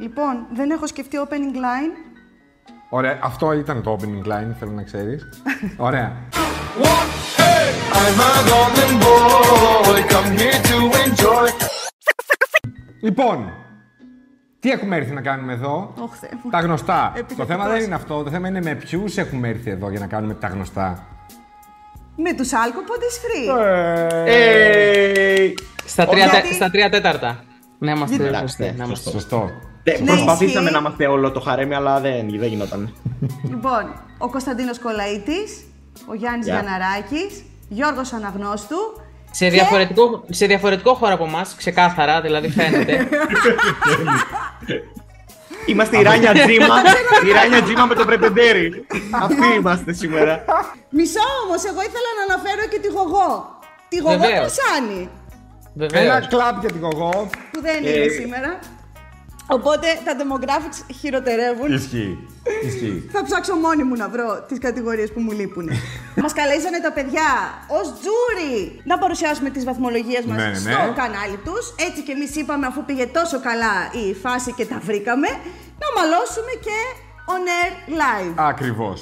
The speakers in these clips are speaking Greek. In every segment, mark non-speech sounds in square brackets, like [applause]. Λοιπόν, δεν έχω σκεφτεί opening line. Ωραία, αυτό ήταν το opening line, θέλω να ξέρεις. Ωραία. I'm a golden boy, come here to enjoy. Λοιπόν, τι έχουμε έρθει να κάνουμε εδώ. Ωχ, Θεέ μου. Τα γνωστά. Το Επιθετικός. θέμα δεν είναι αυτό. Το θέμα είναι με ποιους έχουμε έρθει εδώ για να κάνουμε τα γνωστά. Με τους alcopolis free. Ε. Ε. Στα τρία, γιατί- τε- στα τρία τέταρτα. Να είμαστε Γιατί- σωστοί. Εντάξει, να είμαστε. Σωστό. Δεν- Ναι, προσπαθήσαμε ισχύει. να είμαστε όλο το χαρέμι, αλλά δεν, δεν γινόταν. λοιπόν, ο Κωνσταντίνος Κολαίτης, ο Γιάννης Γεια. Γιαναράκης, Γιώργος Αναγνώστου. Σε και- διαφορετικό, σε διαφορετικό χώρο από εμάς, ξεκάθαρα, δηλαδή φαίνεται. Είμαστε η Ράνια Τζίμα. η Ράνια Τζίμα με το [laughs] πρεπεντέρι. Αυτοί είμαστε σήμερα. Μισό όμως, εγώ ήθελα να αναφέρω και τη Γογό. Τη Γογό Βεβαίως. Περσάνη, Βεβαίως. Ένα κλαμπ για την κογό. που δεν είναι Ε. σήμερα. Οπότε τα demographics χειροτερεύουν. Ισχύει. Ισχύει. Θα ψάξω μόνη μου να βρω τις κατηγορίες που μου λείπουν. Μας καλέσανε τα παιδιά ως τζούρι να παρουσιάσουμε τις βαθμολογίες μας Ναι, ναι, στο ναι. κανάλι τους. Έτσι και εμείς είπαμε, αφού πήγε τόσο καλά η φάση και τα βρήκαμε, να μαλώσουμε και on air [laughs] live. Ακριβώς.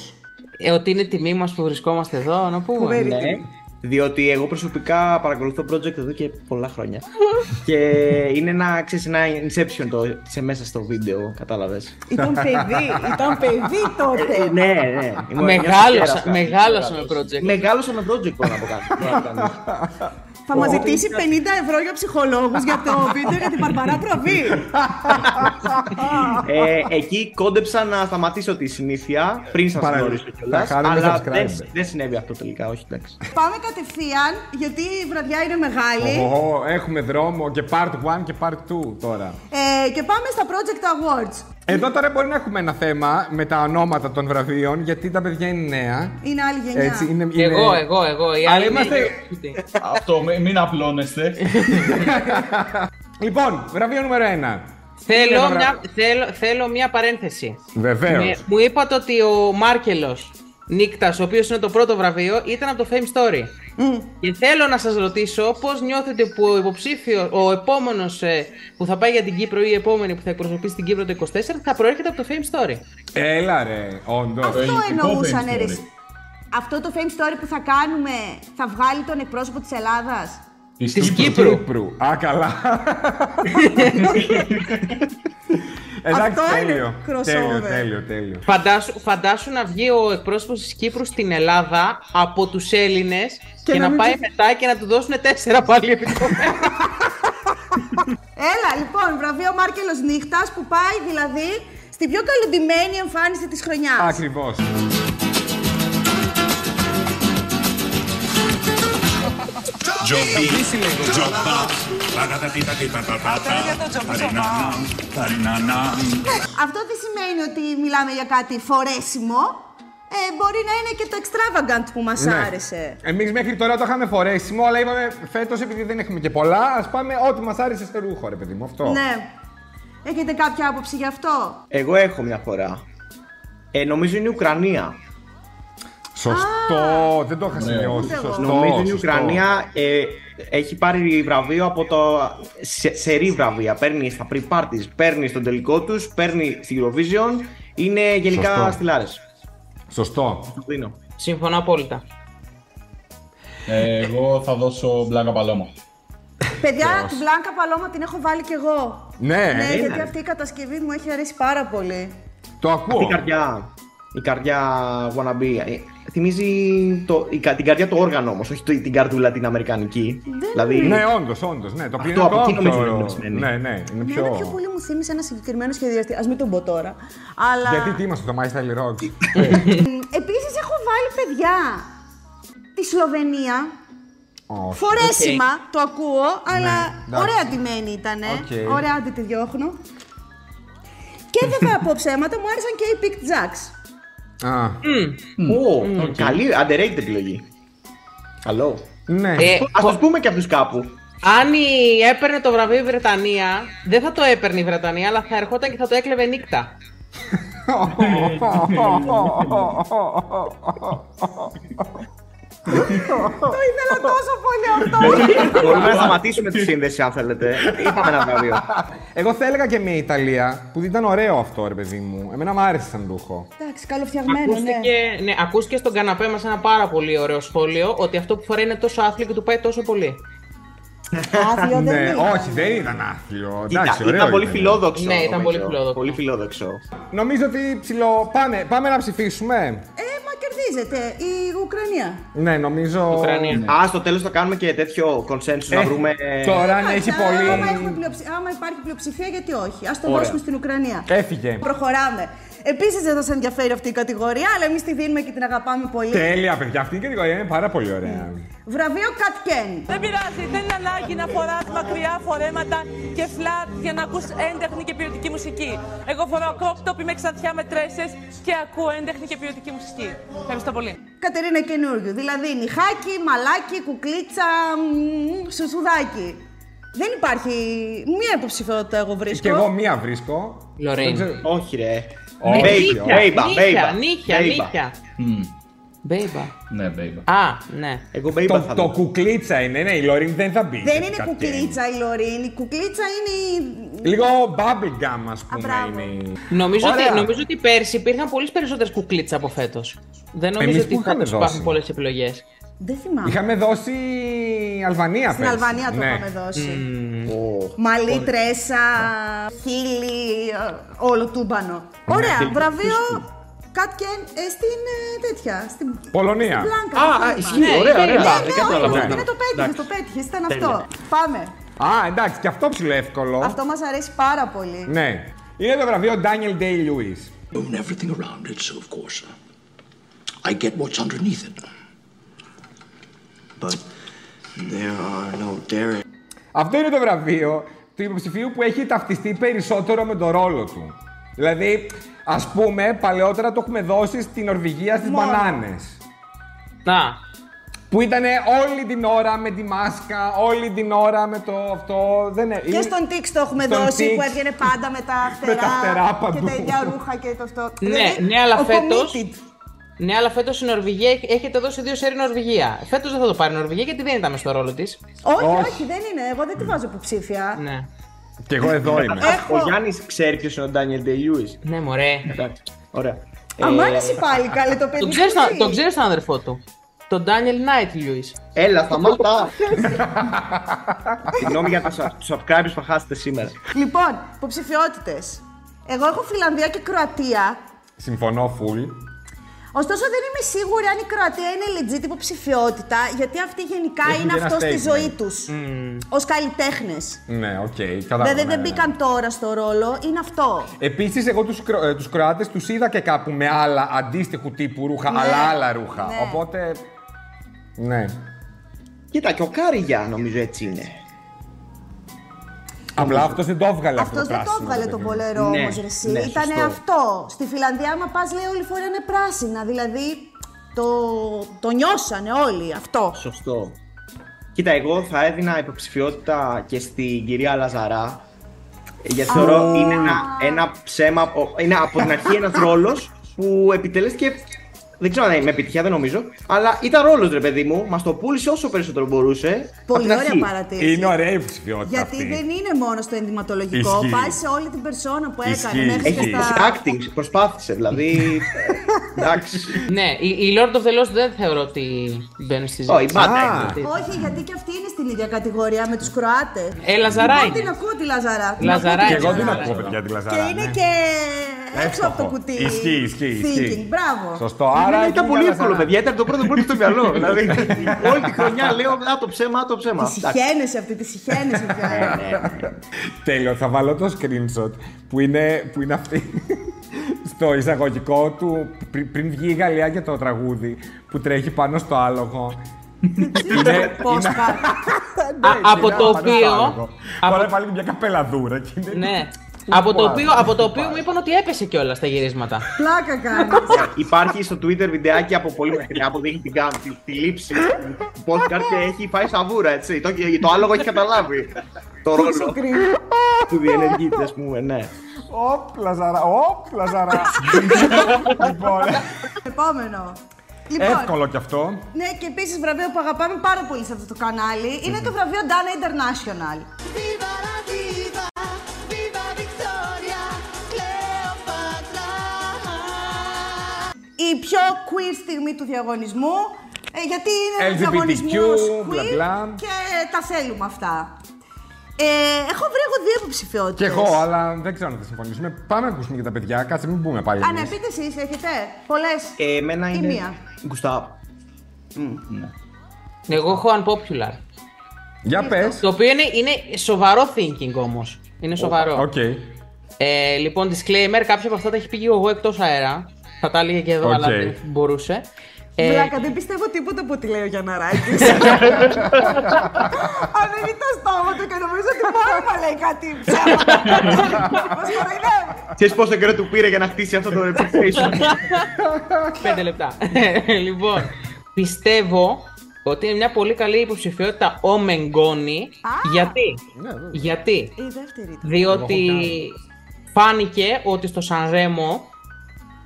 Ε, ότι είναι τιμή μας που βρισκόμαστε εδώ, να πούμε. Φοβερή. Ναι. ναι, διότι εγώ προσωπικά παρακολουθώ project εδώ και πολλά χρόνια. [laughs] και είναι ένα, ξέρεις, ένα inception το, σε μέσα στο βίντεο, κατάλαβες. ήταν παιδί, ήταν παιδί τότε. Ε, ναι, ναι. Ήμουν μια Μεγάλωσα- σκέρα, μεγάλος. μεγάλωσα με project. Μεγάλωσα Ναι, με project μπορώ να πω [laughs] κάτι. μπορώ να κάνω. Θα μας ζητήσει 50 ευρώ για ψυχολόγους για το βίντεο για την Παρμπαρά Προβή. ε, εκεί κόντεψα να σταματήσω τη συνήθεια πριν σας Παραλύτω. γνωρίσω Τα κιόλας. χάνουμε Αλλά subscribe. δεν, δεν συνέβη αυτό τελικά, όχι εντάξει. Πάμε κατευθείαν, γιατί η βραδιά είναι μεγάλη. Ω, Έχουμε δρόμο και part 1 και part 2 τώρα. Ε, και πάμε στα Project Awards. Εδώ τώρα μπορεί να έχουμε ένα θέμα με τα ονόματα των βραβείων, γιατί τα παιδιά είναι νέα. Είναι άλλη γενιά. Έτσι, είναι, είναι... Εγώ, εγώ, εγώ. Οι ναι, Αλλά άλλοι είμαστε- είναι- Αυτό, μη- μην απλώνεστε. Λοιπόν, βραβείο νούμερο 1. Θέλω μια, θέλω, θέλω μια παρένθεση. Βεβαίως. Ναι, μου είπατε ότι ο Μάρκελος Νίκτα, ο οποίος είναι το πρώτο βραβείο, ήταν από το Fame Story. Και θέλω να σας ρωτήσω πώς νιώθετε που ο υποψήφιο, ο επόμενος που θα πάει για την Κύπρο ή η επόμενη που θα εκπροσωπήσει την Κύπρο το 24 θα προέρχεται από το Fame Story. Έλα ρε, όντως. Αυτό ελληνικό εννοούσαν, fame ρε. story. εσύ. Αυτό το fame story που θα κάνουμε θα βγάλει τον εκπρόσωπο της Ελλάδας. Της Κύπρου. Κύπρου. Α, [laughs] καλά. Εντάξει, Αυτό είναι τέλειο. crossover. Τέλειο, τέλειο, τέλειο. Φαντάσου, φαντάσου να βγει ο εκπρόσωπος της Κύπρου στην Ελλάδα από τους Έλληνες και, να να, μην πάει ψηφι- μετά και να του δώσουν τέσσερα πάλι επιτυχωμένα. Έλα, λοιπόν, βραβείο Μάρκελος Νύχτας που πάει δηλαδή στην πιο καλοντημένη εμφάνιση της χρονιάς. Ακριβώς. Τζομπίσιμο τζομπά. Παγατατίτα τίτα πατάτα. Παρινανάμ, παρινανάμ. Αυτό δεν σημαίνει ότι μιλάμε για κάτι φορέσιμο. Ε, μπορεί να είναι και το extravagant που μας άρεσε. Εμείς Ναι. μέχρι τώρα το είχαμε φορέσιμο, αλλά είπαμε φέτος επειδή δεν έχουμε και πολλά, ας πάμε ό,τι μας άρεσε σε ρούχο, ρε παιδί μου. Αυτό. Ναι. Έχετε κάποια άποψη γι' αυτό. Εγώ έχω μια φορά. Ε, νομίζω είναι η Ουκρανία. Σωστό, δεν το είχα σημειώσει. Ούτε εγώ. Σωστό. Ναι. Νομίζω είναι η σωστό. Ουκρανία ε, έχει πάρει βραβείο από το. Σε, σερή βραβεία. Παίρνει στα pre parties, παίρνει στον τελικό τους, παίρνει στη Eurovision. Είναι γενικά Σωστό. στυλάρε. Σωστό. Το δίνω. Συμφωνώ απόλυτα. Ε, εγώ θα δώσω μπλάκα παλώμα. Παιδιά, την Μπλάνκα Παλώμα την έχω βάλει κι εγώ. Ναι, ναι, γιατί αυτή η κατασκευή μου έχει αρέσει πάρα πολύ. το Η ακούω. καρδιά. Η καρδιά wannabe. Ε, Θυμίζει το, η, κα- την καρδιά το όργανο όμως, όχι το- την καρδούλα την Αμερικανική. δηλαδή. Ναι, όντως, όντως. Ναι, το Αυτό, πυρηνικό από εκεί νομίζω το- είναι εμπνευσμένη. Ναι, ναι, είναι Πιο... πιο. Εμένα πιο πολύ μου θύμισε ένα συγκεκριμένο σχεδιαστή. Ας μην τον πω τώρα. Αλλά. Γιατί τι είμαστε, το My Style Rock. Επίσης έχω βάλει παιδιά τη Σλοβενία. Όχι. Ναι, Φορέσιμα, το ακούω, αλλά εντάξει. ωραία αντιμένη ήταν. Οκ. Ωραία αντι τη διώχνω. Και δεν [laughs] θα πω ψέματα, μου άρεσαν και οι Pick Jacks. Α, Ναι. Ω, Καλή, underrated επιλογή. Καλό. Ναι. Ε, Α το πούμε κι αυτούς κάπου. Αν η- έπαιρνε το βραβείο η Βρετανία, δεν θα το έπαιρνε η Βρετανία, αλλά θα ερχόταν και θα το έκλεβε νύχτα. Το ήθελα τόσο πολύ αυτό. Ε, Μπορούμε να σταματήσουμε τη σύνδεση, αν θέλετε. Είπαμε ένα βραβείο. Εγώ θα έλεγα και μια Ιταλία που ήταν ωραίο αυτό, ρε παιδί μου. Εμένα μου άρεσε σαν τούχο. Εντάξει, καλοφτιαγμένο, ναι. Ακούστηκε, ναι, ακούστηκε στον καναπέ μας ένα πάρα πολύ ωραίο σχόλιο ότι αυτό που φοράει είναι τόσο άθλιο και του πάει τόσο πολύ. Άδειο δεν Ναι, είναι. όχι, δεν ήταν άθλιο. Κοίτα, Εντάξει, ωραίο ήταν πολύ ήταν. φιλόδοξο. Ναι, ήταν πολύ νομίζω. φιλόδοξο. Πολύ φιλόδοξο. Νομίζω ότι ψηλό. Πάμε, πάμε να ψηφίσουμε. Ε, μα κερδίζεται η Ουκρανία. Ναι, νομίζω. Ουκρανία. Ναι. Α, στο τέλος θα κάνουμε και τέτοιο consensus να Ε, βρούμε. Τώρα αν έχει Εντάξει, Ναι, Άμα, έχουμε πολύ. πλειοψη- άμα υπάρχει πλειοψηφία, γιατί όχι. Ας το Ωραία. δώσουμε στην Ουκρανία. Έφυγε. Προχωράμε. Επίσης δεν θα σα ενδιαφέρει αυτή η κατηγορία, αλλά εμείς τη δίνουμε και την αγαπάμε πολύ. Τέλεια, παιδιά. Αυτή η κατηγορία είναι πάρα πολύ ωραία. Βραβείο Κατκέν. Δεν πειράζει, δεν είναι ανάγκη να φοράς μακριά φορέματα και φλατ για να ακούς έντεχνη και ποιοτική μουσική. Εγώ φοράω crop top, είμαι ξανθιά με τρέσες και ακούω έντεχνη και ποιοτική μουσική. Ευχαριστώ πολύ. Κατερίνα καινούριου. Δηλαδή νυχάκι, μαλάκι, κουκλίτσα, μ, σουσουδάκι. Δεν υπάρχει μία υποψηφιότητα εγώ βρίσκω. Και εγώ μία βρίσκω. Λορέιν. Δεν ξέρω- Όχι, ρε. Όχι, Μπέιμπα, όχι. μπέιμπα, μπέιμπα. Ε, νύχια, νύχια, Μπέιμπα. νύχια. Μμμ. Μπέιμπα. Ναι, baby. Α, ναι. Εγώ μπέιμπα Το, θα το δω. κουκλίτσα είναι, ναι, η Λωρίν δεν θα μπει. Δεν σε είναι κάτι. κουκλίτσα η Λωρίν. Η κουκλίτσα είναι η. Λίγο bubblegum, ας πούμε, μπράβο. είναι. η- Νομίζω Ωραία. ότι, νομίζω ότι πέρσι υπήρχαν πολλές περισσότερες κουκλίτσε από φέτος. Δεν νομίζω Εμείς ότι που είχαμε φέτος δώσει. υπάρχουν πολλές επιλογές. Δεν θυμάμαι. Είχαμε δώσει Αλβανία Στην πέρσι. Αλβανία το Ναι. είχαμε δώσει. Ω. Μαλλί, τρέσα, χείλη, ε, όλο τούμπανο. Ναι, Ωραία, βραβείο κάποια ε, στην ε, τέτοια, στην Πολωνία. πλάνκα. Α, το θέμα. α, Ναι, ισχύει, ωραία, ναι, ωραία. ναι, Ναι, Δεν όχι, κατάλαβα. ναι, ναι, το πέτυχες, το πέτυχες, ήταν αυτό. Τέλεια. Πάμε. Α, εντάξει, και αυτό ψηλό εύκολο. Αυτό μας αρέσει πάρα πολύ. Ναι. Είναι το βραβείο Daniel Day-Lewis. and everything around it, so of course uh, I get what's underneath it. But there are no dairy. Αυτό είναι το βραβείο του υποψηφίου που έχει ταυτιστεί περισσότερο με τον ρόλο του. Δηλαδή, ας πούμε, παλαιότερα το έχουμε δώσει στην Νορβηγία στις Μόνο. μπανάνες. Να. Που ήταν όλη την ώρα με τη μάσκα, όλη την ώρα με το αυτό. Δεν είναι. Και στον Τίξ το έχουμε Στον δώσει που Tix. έβγαινε πάντα με τα Με τα φτερά φτερά παντού. και τα ίδια ρούχα και το αυτό. Ναι, Δηλαδή, ναι, αλλά ο φέτος- committed. Ναι, αλλά φέτος η Νορβηγία έχ- έχετε δώσει δύο σερή Νορβηγία. Φέτος δεν θα το πάρει η Νορβηγία γιατί δεν ήταν στο ρόλο της. Όχι, Όχι. όχι, δεν είναι. Εγώ δεν τη βάζω υποψήφια. Ναι. Και εγώ εδώ είμαι. Έχω. Ο Γιάννης ξέρει ποιος είναι ο Ντάνιελ Ντελιούι. Ναι, μωρέ. Εντάξει. Ωραία. Αμάνεση πάλι, καλέ το παιδί. Τον ξέρει τον, τι. τον ξέρεις τον αδερφό του. Τον Daniel Knight Lewis. Έλα, σταμάτα. [laughs] Συγγνώμη για τους τους subscribers που θα χάσετε σήμερα. Λοιπόν, υποψηφιότητες. Εγώ έχω Φιλανδία και Κροατία. Συμφωνώ full. Ωστόσο, δεν είμαι σίγουρη αν η Κροατία είναι legit υποψηφιότητα, γιατί αυτοί γενικά Έχουν είναι και ένα αυτός στη statement. ζωή τους. Ως καλλιτέχνες. Ναι, οκ, κατάλαβα. Δηλαδή ναι, δεν ναι. μπήκαν τώρα στο ρόλο, είναι αυτό. Επίσης, εγώ τους τους Κροάτες τους είδα και κάπου με άλλα αντίστοιχου τύπου ρούχα, Ναι. αλλά άλλα ρούχα. Ναι. Οπότε. Ναι. Κοίτα, και ο Κάριγια νομίζω έτσι είναι. Απλά αυτός δεν το έβγαλε αυτό. Αυτός δεν το πράσινο, έβγαλε ρε το παιδί μου. πολερό Ναι, όμως, Ρεσί. ναι, Ήτανε σωστό. αυτό. Στη Φιλανδία, άμα πας, λέει, όλοι φοράνε πράσινα. Δηλαδή το, το νιώσανε όλοι αυτό. Σωστό. Κοίτα, εγώ θα έδινα υποψηφιότητα και στην κυρία Λαζαρά. Γιατί θεωρώ είναι ένα, ένα ψέμα, ο- είναι από την αρχή ένας ρόλος που επιτελέστηκε. Δεν ξέρω αν με επιτυχία, δεν νομίζω. Αλλά ήταν ρόλος, ρε παιδί μου. Μας το πούλησε όσο περισσότερο μπορούσε. απ' την Πολύ ωραία αρχή. παρατήρηση. Είναι ωραία η ψηφιότητα. Γιατί αυτή. δεν είναι μόνο στο ενδυματολογικό, Ισχύει. πάει σε όλη την περσόνα που έκανε. Ισχύει. Μέχρι Έχει και έχει στα. acting, προσπάθησε. Δηλαδή. [laughs] Εντάξει. Ναι, η, η Lord of the Lost δεν θεωρώ ότι μπαίνει στη Όχι, ζωή. μπάτα. Α. είναι. Όχι, γιατί και αυτή είναι στην ίδια κατηγορία με τους Κροάτες. Ε, Λαζαρά Εγώ είναι. την ακούω τη Λαζαρά. Την Λαζαρά ακούω τη Και εγώ δεν την Λαζαρά. ακούω, παιδιά, τη Λαζάρα. Και είναι ναι. και έξω Εύστοχο. από το κουτί. Ισχύει, ισχύει. ισχύει. Thinking, Μπράβο. Σωστό. Άρα Ναι, κυρία ήταν πολύ εύκολο, Λαζάρα. παιδιά. Ήταν το πρώτο που έρθει στο μυαλό. [laughs] δηλαδή, όλη τη χρονιά λέω «Α, το ψέμα, α, το ψέμα. Τη συχαίνεσαι αυτή, τη συχαίνεσαι. παιδιά. Τέλειο, θα βάλω το screenshot που είναι, που είναι αυτή [laughs] στο εισαγωγικό του πρι- πριν βγει η Γαλλία για το τραγούδι που τρέχει πάνω στο [laughs] άλογο. είναι, Πώς πα- [laughs] Ναι, Α- από είναι το πάνω στο οποίο- άλογο. από- Φοράει πάλι μια καπελαδούρα και είναι. Ναι. από, το Wow. οποίο, από το οποίο μου είπαν ότι έπεσε κιόλας στα γυρίσματα. Πλάκα κάνεις. [laughs] ναι, Υπάρχει στο Twitter βιντεάκι από πολύ μακριά που δείχνει την κάμ- τη, τη λήψη του podcast και έχει πάει σαβούρα, έτσι. Το, το άλογο έχει καταλάβει το ρόλο που διενεργείται, ας πούμε, ναι. [laughs] Όπλα ζαρά, όπλα ζαρά. λοιπόν, Επόμενο. Λοιπόν. Εύκολο κι αυτό. Ναι, και επίσης βραβείο που αγαπάμε πάρα πολύ σε αυτό το κανάλι είναι το βραβείο Dana International. Viva la diva, viva Victoria, Cleopatra. Η πιο queer στιγμή του διαγωνισμού. ε, γιατί είναι LGBTQ, διαγωνισμός μπλα, μπλα. και τα θέλουμε αυτά. Ε, έχω βρει εγώ δύο υποψηφιότητες. Κι εγώ, αλλά δεν ξέρω αν θα συμφωνήσουμε. Πάμε να ακούσουμε και τα παιδιά. Κάτσε, μην μπούμε πάλι. Α, εμείς. ναι, πείτε εσείς, έχετε πολλές. Ε, εμένα Ή είναι. μία. Γκουστάβ. Εγώ έχω unpopular. Για πες. Το οποίο είναι, είναι σοβαρό thinking όμως. Είναι σοβαρό. Οκ. Ε, λοιπόν, disclaimer, κάποια από αυτά τα έχει πει και εγώ εκτός αέρα. Θα τα έλεγε και εδώ, Οκ. αλλά δεν μπορούσε. Ε, Βλάκα, δεν πιστεύω τίποτα που τη λέει ο Γιανναράκης. Ανοίγει το στόμα του και νομίζω ότι μόνο μου λέει κάτι ψέματα. ναι. Μας κοροϊδεύει. Ξέρεις πόσο καιρό του πήρε για να χτίσει αυτό το [laughs] reputation. Πέντε λεπτά. [laughs] λοιπόν, πιστεύω ότι είναι μια πολύ καλή υποψηφιότητα ο Μενγκόνη. Γιατί, Ναι, γιατί, Η δεύτερη. ήταν. διότι φάνηκε ότι στο Σανρέμο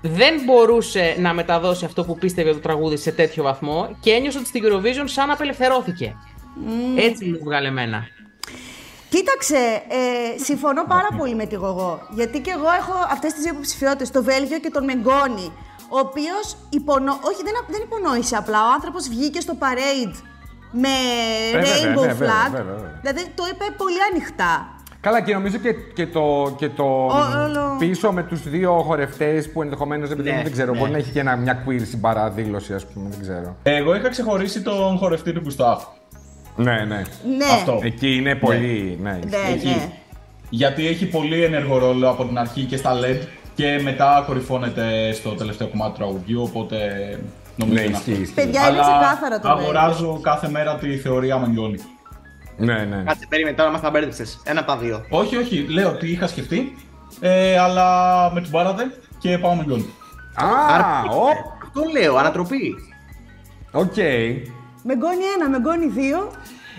δεν μπορούσε να μεταδώσει αυτό που πίστευε το τραγούδι σε τέτοιο βαθμό και ένιωσε ότι στην Eurovision σαν απελευθερώθηκε. Έτσι μου βγάλε εμένα. Κοίταξε, ε, συμφωνώ πάρα πολύ με τη Γογό. Γιατί και εγώ έχω αυτές τις δύο υποψηφιότητες, το Βέλγιο και τον Μεγκόνη. Ο οποίος υπονο... Όχι, δεν, δεν υπονόησε απλά. Ο άνθρωπος βγήκε στο parade με Ε, βέβαια, rainbow ναι, βέβαια, flag. βέβαια, βέβαια. Δηλαδή το είπε πολύ ανοιχτά. Καλά, και νομίζω και, και το, και το μ, όλο. πίσω με τους δύο χορευτές που ενδεχομένως επειδή Ναι, δεν ξέρω, ναι. μπορεί να έχει και ένα, μια queer συμπαραδήλωση, ας πούμε, δεν ξέρω. Εγώ είχα ξεχωρίσει τον χορευτή του Γκουστάβ. Ναι, ναι. Ναι. Αυτό. Εκεί είναι πολύ. Ναι. Ναι, Εκεί. ναι. Γιατί έχει πολύ ενεργό ρόλο από την αρχή και στα LED και μετά κορυφώνεται στο τελευταίο κομμάτι του τραγουδιού. Οπότε νομίζω Ναι, είναι ισχύει. αυτό. ισχύει. Παιδιά, είναι ξεκάθαρα το Βέλγιο. αγοράζω κάθε μέρα τη θεωρία Μαγκιόνι. Ναι, ναι. Κάτσε, περίμενε τώρα, μας τα μπέρδεψες. Ένα από τα δύο. Όχι, όχι, λέω τι είχα σκεφτεί, ε, αλλά με τσουμπάρατε και πάω Μαγκιόνι. Α, ο, Αυτό λέω, ανατροπή. οκ. Μεγκόνη ένα, μεγκόνη δύο.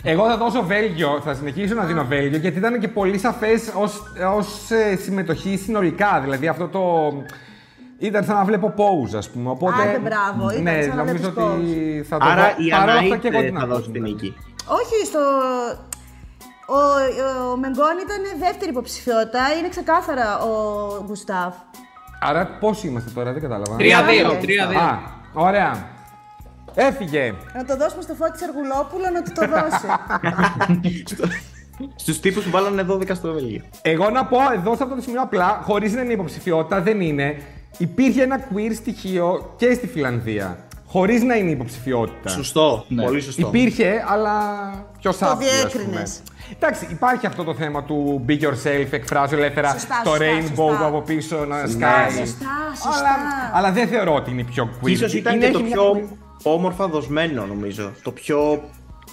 Εγώ θα δώσω Βέλγιο, θα συνεχίσω να δίνω Βέλγιο, γιατί ήταν και πολύ σαφές ως ε, συμμετοχή συνολικά. Δηλαδή αυτό το. ήταν σαν να βλέπω pose, ας πούμε. Οπότε, Άντε, μπράβο, ήταν ναι, σαν να νομίζω βλέπεις ότι θα το Άρα δω. η Παρ' όλα αυτά και εγώ Αναΐτ την θα ακούω. δώσει την νίκη. Όχι, στο. Ο, ο Μεγκόνη ήταν δεύτερη υποψηφιότητα. Είναι ξεκάθαρα ο Γκουστάβ. Άρα πώ είμαστε τώρα, δεν κατάλαβα. 3-2, 3-2. Α, ωραία. Έφυγε. Να το δώσουμε στο φώτι Σεργουλόπουλο να του το [laughs] δώσει. Στους τύπους που βάλανε 12 στο Βέλγιο. Εγώ να πω εδώ σε αυτό το σημείο απλά, χωρίς να είναι υποψηφιότητα, δεν είναι. Υπήρχε ένα queer στοιχείο και στη Φιλανδία. Χωρίς να είναι υποψηφιότητα. Σωστό. Ναι. Πολύ σωστό. Υπήρχε, αλλά πιο σάπιο. διέκρινες. Εντάξει, υπάρχει αυτό το θέμα του be yourself, εκφράζω ελεύθερα Σωστά, το σωστά, rainbow σωστά. που από πίσω να σκάει. Σωστά, σωστά. Αλλά, αλλά δεν θεωρώ ότι είναι η πιο queer. Ίσως ήταν Είναι- και το έχει μια πιο queer- όμορφα δοσμένο, νομίζω. Το πιο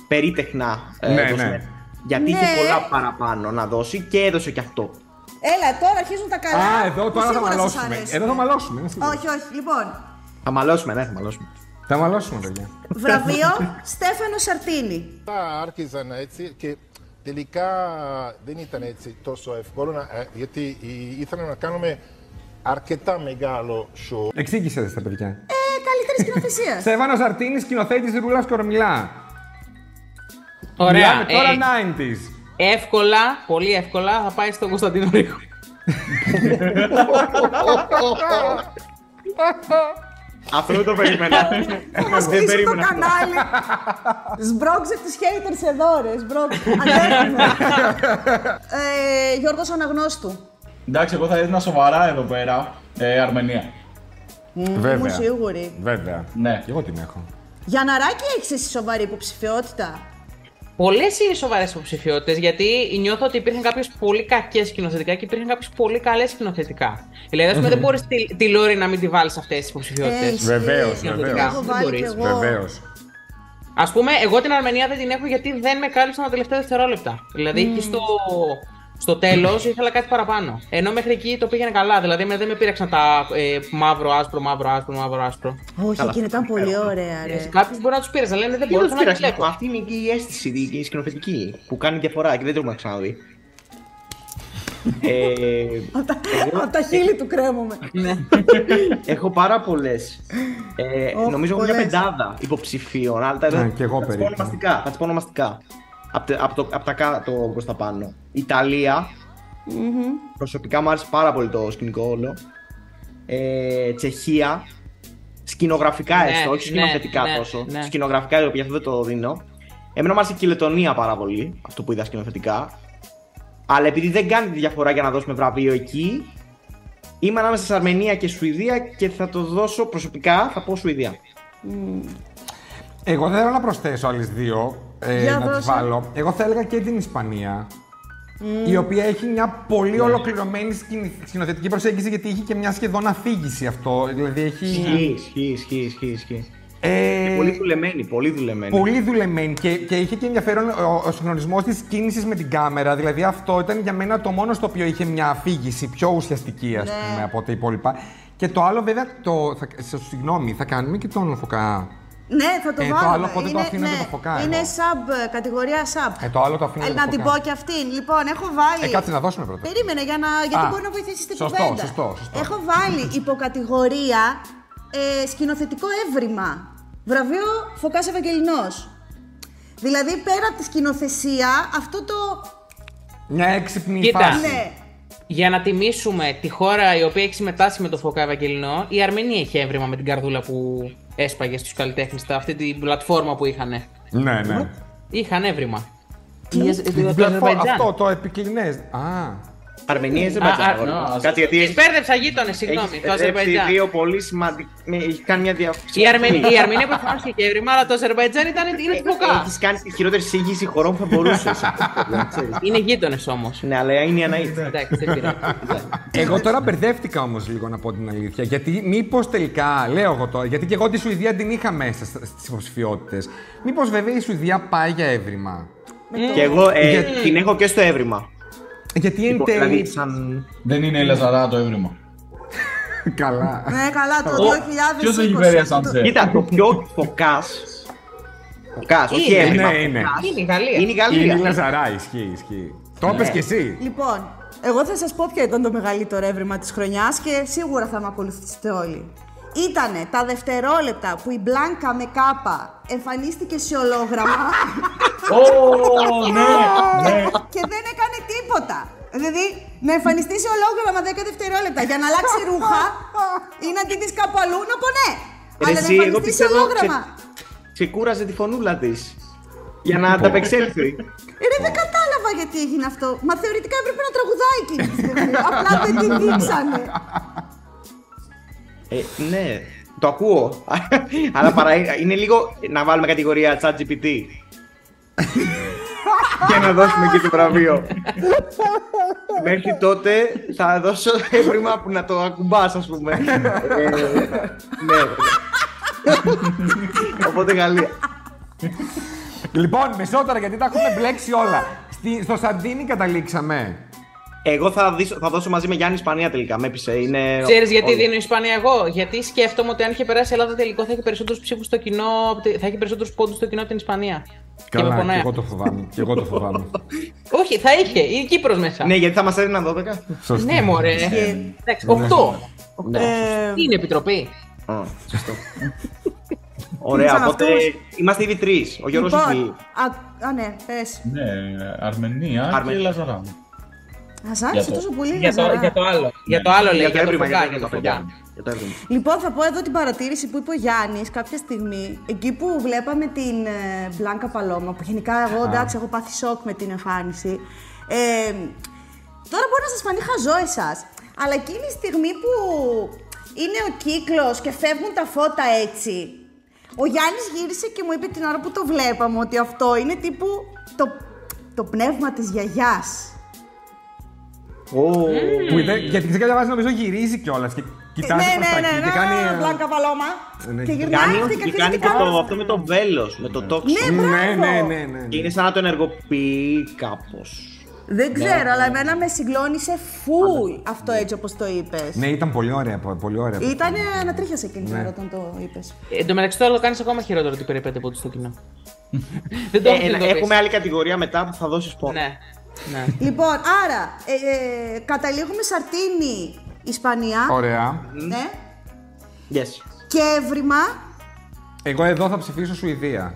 περίτεχνα ε, Ναι, ναι. δοσμένο. Γιατί είχε Ναι. πολλά παραπάνω να δώσει και έδωσε και αυτό. Έλα, τώρα αρχίζουν τα καλά. Α, εδώ που τώρα θα σίγουρα σας μαλώσουμε. αρέσουν. Εδώ θα μαλώσουμε. είναι σίγουρο. Όχι, όχι. Λοιπόν, Θα μαλώσουμε, ναι, θα μαλώσουμε. Θα μαλώσουμε, παιδιά. [laughs] βραβείο Στέφανο Σαρτίνη. Αυτά άρχιζαν έτσι και τελικά δεν ήταν έτσι τόσο εύκολο να- ε, γιατί ε, ήθελα να κάνουμε αρκετά μεγάλο show. Εξήγησε στα παιδιά. Ε, καλύτερη [laughs] σκηνοθεσία. Στέφανος Αρτίνη, σκηνοθέτης Ρούλας Κορμιλά. Ωραία. Μιλάμε τώρα Ε, 90s. Εύκολα, πολύ εύκολα, θα πάει στον Κωνσταντίνο Ρίκο. Αυτό δεν το περίμενα. [laughs] Μας δεν κλείσει το περίμενα. αυτό. κανάλι. Σμπρώξε του haters εδώ, ρε. Σμπρώξε. Αντέχουμε. ε, Γιώργος Αναγνώστου. Εντάξει, εγώ θα έδινα σοβαρά εδώ πέρα ε, Αρμενία. Είμαι σίγουρη. Βέβαια. Ναι. Και εγώ την έχω. Γιανναράκη, έχεις εσύ σοβαρή υποψηφιότητα. Πολλές είναι σοβαρές υποψηφιότητες, γιατί νιώθω ότι υπήρχαν κάποιες πολύ κακές σκηνοθετικά και υπήρχαν κάποιες πολύ καλές σκηνοθετικά. Δηλαδή, ας πούμε, δεν μπορείς τη, τη Λόρη να μην τη βάλεις αυτές τις υποψηφιότητες. Έχεις. Βεβαίως, Την βεβαίως. Έχω Δεν βάλει μπορείς. κι εγώ. Βεβαίως. Ας πούμε, εγώ την Αρμενία δεν την έχω γιατί δεν με κάλυψαν τα τελευταία δευτερόλεπτα. Δηλαδή, εκεί στο, στο τέλος ήθελα κάτι παραπάνω. Ενώ μέχρι εκεί το πήγαινε καλά. Δηλαδή, με- δεν με πήραξαν τα ε, μαύρο, άσπρο, μαύρο, άσπρο, μαύρο, άσπρο. Όχι, εκείνη ήταν πολύ ωραία, Ε, ρε. Κάποιους μπορεί να τους πήρε, λένε δεν Τι μπορούσα τους να τη πειράζει, βλέπω. Αυτή είναι και η αίσθηση η σκηνοθετική που κάνει διαφορά και δεν το έχουμε ξαναδεί. δηλαδή. Ε, Από τα χείλη του κρέμουμε. ε, Έχω πάρα πολλές. Ε, Ωχ, νομίζω έχω μια πολλές. πεντάδα υποψηφίων, αλλά τα, Ναι, κι εγώ θα τις πω περίπου. ονομαστικά. Θα τις πω ονομαστικά. Από τα, απ' το- απ' τα κάτω προς τα πάνω. Ιταλία. Προσωπικά μου άρεσε πάρα πολύ το σκηνικό όλο. Ε, Τσεχία. Σκηνογραφικά Ναι, έστω, όχι ναι, σκηνοθετικά ναι, τόσο. ναι. Σκηνογραφικά, γιατί αυτό δεν το δίνω. Εμένα μου άρεσε και η Λετωνία πάρα πολύ, αυτό που είδα σκηνοθετικά. Αλλά επειδή δεν κάνει τη διαφορά για να δώσουμε βραβείο εκεί, Είμαι ανάμεσα σε Αρμενία και Σουηδία και θα το δώσω προσωπικά, θα πω Ναι. Σουηδία. Εγώ δεν θέλω να προσθέσω άλλες δύο ε, Για να τις δώσε. βάλω. Εγώ θα έλεγα και την Ισπανία. Η οποία έχει μια Ναι. πολύ ολοκληρωμένη σκηνη- σκηνοθετική προσέγγιση γιατί έχει και μια σχεδόν αφήγηση αυτό. Δηλαδή έχει. Ισχύει, ισχύει, ισχύει, ισχύει, ισχύει. Ε, Ναι. Και πολύ δουλεμένη, πολύ δουλεμένη. Πολύ δουλεμένη και, και είχε και ενδιαφέρον ο, ο συγχρονισμός της κίνησης με την κάμερα. Δηλαδή, αυτό ήταν για μένα το μόνο στο οποίο είχε μια αφήγηση πιο ουσιαστική, ας Ναι. πούμε, από τα υπόλοιπα. Και το άλλο, βέβαια, το. Θα, σε- συγγνώμη, θα κάνουμε και τον Φωκά. Ναι, θα το Ε, το βάλω. ναι, άλλο πότε το αφήνω και το φωκά Είναι εγώ. sub, κατηγορία sub. Ε, το άλλο το αφήνω Ε, για να τον την πω Φωκά. και αυτήν. Λοιπόν, έχω βάλει. Ε, κάτσε να δώσουμε πρώτα. Περίμενε για να... γιατί Α, μπορεί να βοηθήσει στην σωστό, κουβέντα. σωστό, σωστό. Έχω [clears throat] βάλει υποκατηγορία ε, σκηνοθετικό έβριμα. Βραβείο Φωκάς Ευαγγελινός. Δηλαδή πέρα από τη σκηνοθεσία, αυτό το. [clears throat] Μια έξυπνη Κοίτα. φάση. Ναι. Για να τιμήσουμε τη χώρα η οποία έχει συμμετάσχει με το Φωκά Ευαγγελινό, η Αρμενία είχε έβριμα με την καρδούλα που έσπαγε στους καλλιτέχνες, αυτή την πλατφόρμα που είχαν. Ναι, ναι. Είχαν έβριμα. Την πλατφόρμα- Αυτό το επικλινέ. Α. Αρμενία, Α, α, Αζερβαϊτζάν. ναι, αγόρι μου. α, Κάτσε γιατί Τις έχει μπέρδεψα γείτονε, συγγνώμη. Το Αζερβαϊτζάν. δύο πολύ σημαντική. Έχει κάνει μια διαφορά. Η Αρμενία, η Αρμενία προφανώς είχε έβριμα, αλλά το Αζερβαϊτζάν ήταν είναι του Φωκά. Έχεις κάνει τη χειρότερη σύγχυση χωρών που θα μπορούσες. Είναι γείτονες όμως. Ναι, αλλά είναι η Αναήτα. Εντάξει, δεν πειράζει. [laughs] Εγώ τώρα μπερδεύτηκα όμως λίγο να πω την αλήθεια. Γιατί μήπως τελικά, λέω εγώ τώρα, γιατί και εγώ τη Σουηδία την είχα μέσα στις υποψηφιότητες. Μήπως βέβαια η Σουηδία πάει για έβριμα. Και εγώ ε, Γιατί- την έχω και στο έβριμα. Γιατί εν Λοιπόν, Δηλαδή, τέλει. σαν. Δεν είναι η Λαζαρά το έβριμα. δηλαδή- [laughs] Καλά. Ναι, καλά, το 2020. ποιος έχει φέρει ασανσέρ? Κοίτα, το πιο φωκά. Φωκά, όχι Είναι, έβριμα. ναι, είναι. φωκάς, Είναι η Γαλλία. Είναι η Είναι η Γαλλία. Λαζαρά, ισχύει, ισχύει. Το είπε κι εσύ. Λοιπόν, εγώ θα σας πω ποιο ήταν το μεγαλύτερο έβριμα της χρονιάς και σίγουρα θα με ακολουθήσετε όλοι. Ήτανε τα δευτερόλεπτα που η Μπλάνκα με κάπα εμφανίστηκε σε ολόγραμμα Ω, ναι, ναι. και δεν έκανε τίποτα. Δηλαδή, να εμφανιστεί σε ολόγραμμα 10 δευτερόλεπτα για να αλλάξει ρούχα ή να την δεις κάπου αλλού, να πω ναι. Ρε Αλλά να εσύ, εγώ εμφανιστεί σε πιστεύω ολόγραμμα. ξεκούρασε τη φωνούλα της. Για να ανταπεξέλθει. Ε, Ρε, δεν κατάλαβα γιατί έγινε αυτό. Μα θεωρητικά έπρεπε να τραγουδάει εκείνη τη [laughs] στιγμή. Απλά δεν την δείξανε. Ε, ναι, το ακούω. [laughs] Αλλά παρά, είναι λίγο να βάλουμε κατηγορία chat [laughs] GPT. και να δώσουμε και το βραβείο. Μέχρι τότε θα δώσω έβριμα που να το ακουμπάς, ας πούμε. Ε, ναι. Οπότε Γαλλία. Λοιπόν, μισό τώρα γιατί τα έχουμε μπλέξει όλα. Στη- στο Σαντίνι καταλήξαμε. Εγώ θα, δίσω- θα δώσω μαζί με Γιάννη Ισπανία τελικά. Με έπεισε. Είναι... Ξέρεις γιατί όλο. δίνω Ισπανία εγώ. Γιατί σκέφτομαι ότι αν είχε περάσει η Ελλάδα τελικό θα έχει περισσότερους ψήφους στο κοινό, απ' τη- θα έχει περισσότερους πόντους στο κοινό από την Ισπανία. και με Καλά, και πονάει. εγώ το φοβάμαι. Και εγώ το [laughs] φοβάμαι. Όχι, θα είχε. Η Κύπρος μέσα. Ναι, γιατί θα μας έδιναν 12. Σωστό. ναι μωρέ. Ναι. Εντάξει, Οχτώ. Ναι. Ε, Τι Είναι επιτροπή. Α, σωστό. Ωραία, Ήμασταν οπότε αυτούς. είμαστε ήδη τρεις. Ο Γιώργος Λοιπόν, λοιπόν. α, α, ναι, πες. Ναι, Αρμενία και Αρμε- Λαζαρά. Α σ' άρεσε το- τόσο πολύ, Για το, Λαζαρά. για το άλλο. Για το άλλο λέει. Ναι. Για το Για το έβριμα, φωκά. για το φωκά. φωκά. Για το έβριμα. Λοιπόν, θα πω εδώ την παρατήρηση που είπε ο Γιάννης κάποια στιγμή. Εκεί που βλέπαμε την ε, Μπλάνκα Παλώμα, που γενικά εγώ εντάξει, έχω πάθει σοκ με την εμφάνιση. Ε, τώρα μπορεί να σας φανεί χαζό εσάς, αλλά εκείνη η στιγμή που είναι ο κύκλος και φεύγουν τα φώτα έτσι. Ο Γιάννης γύρισε και μου είπε την ώρα που το βλέπαμε ότι αυτό είναι τύπου το, το πνεύμα της γιαγιάς. Ω, Που ήταν- γιατί σε κάποια βάση νομίζω γυρίζει κιόλας και κοιτάζει Ναι, προς τα εκεί και κάνει. ε, Μπλάνκα Παλώμα. Ναι, Και και γυρνάει Κάνει, αυτή και αρχίζει κάνει και κάνει- το, αυτό με το βέλος, με το τόξο. Ναι, Ναι, μπράβο. ναι, ναι, ναι. Και είναι σαν να τον ενεργοποιεί κάπως. Δεν Ναι. ξέρω, αλλά εμένα με συγκλώνησε φουλ αυτό έτσι όπως το είπες. Ναι, ήταν πολύ ωραία. πο- Πολύ ωραία. Ήτανε ανατρίχιασε εκείνη την ώρα όταν το είπες. Ε, Εν τω μεταξύ το άλλο κάνεις ακόμα χειρότερο [laughs] ότι περιπέτει πόντου στο κοινό. Δεν το έχω Ε, ε, συνειδητοποιήσει. έχουμε άλλη κατηγορία μετά που θα δώσεις πόνο. Ναι. Ναι. Λοιπόν, άρα ε, ε, καταλήγουμε Σαρτίνη, Ισπανία. Ωραία. Ναι. Yes. Και Εύρημα, Εγώ εδώ θα ψηφίσω Σουηδία.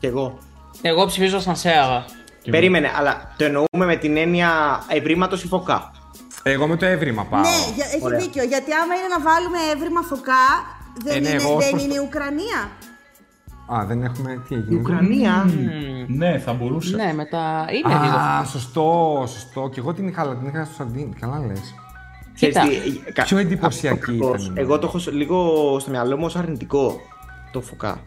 Κι εγώ. Εγώ ψηφίζω σαν Σέαγα. Περίμενε, αλλά το εννοούμε με την έννοια ευρήματος ή φωκά. Εγώ με το έβριμα πάω. Ναι, για- έχει Ωραία. δίκιο. Γιατί άμα είναι να βάλουμε έβριμα φωκά, δεν, Ε, ναι, είναι, εγώ ως δεν προς είναι η Ουκρανία. Α, δεν έχουμε. Τι έγινε. Ουκρανία. Ναι, θα μπορούσε. Ναι, μετά είναι λίγο. Α, σωστό, σωστό. Και εγώ την είχα, αλλά την είχα στο Σαντίνη. Καλά λες. Ξέρεις Κοίτα. τι, κα- Πιο εντυπωσιακή αυτό ήταν. Εγώ το έχω σ- λίγο στο μυαλό μου ως αρνητικό το φωκά.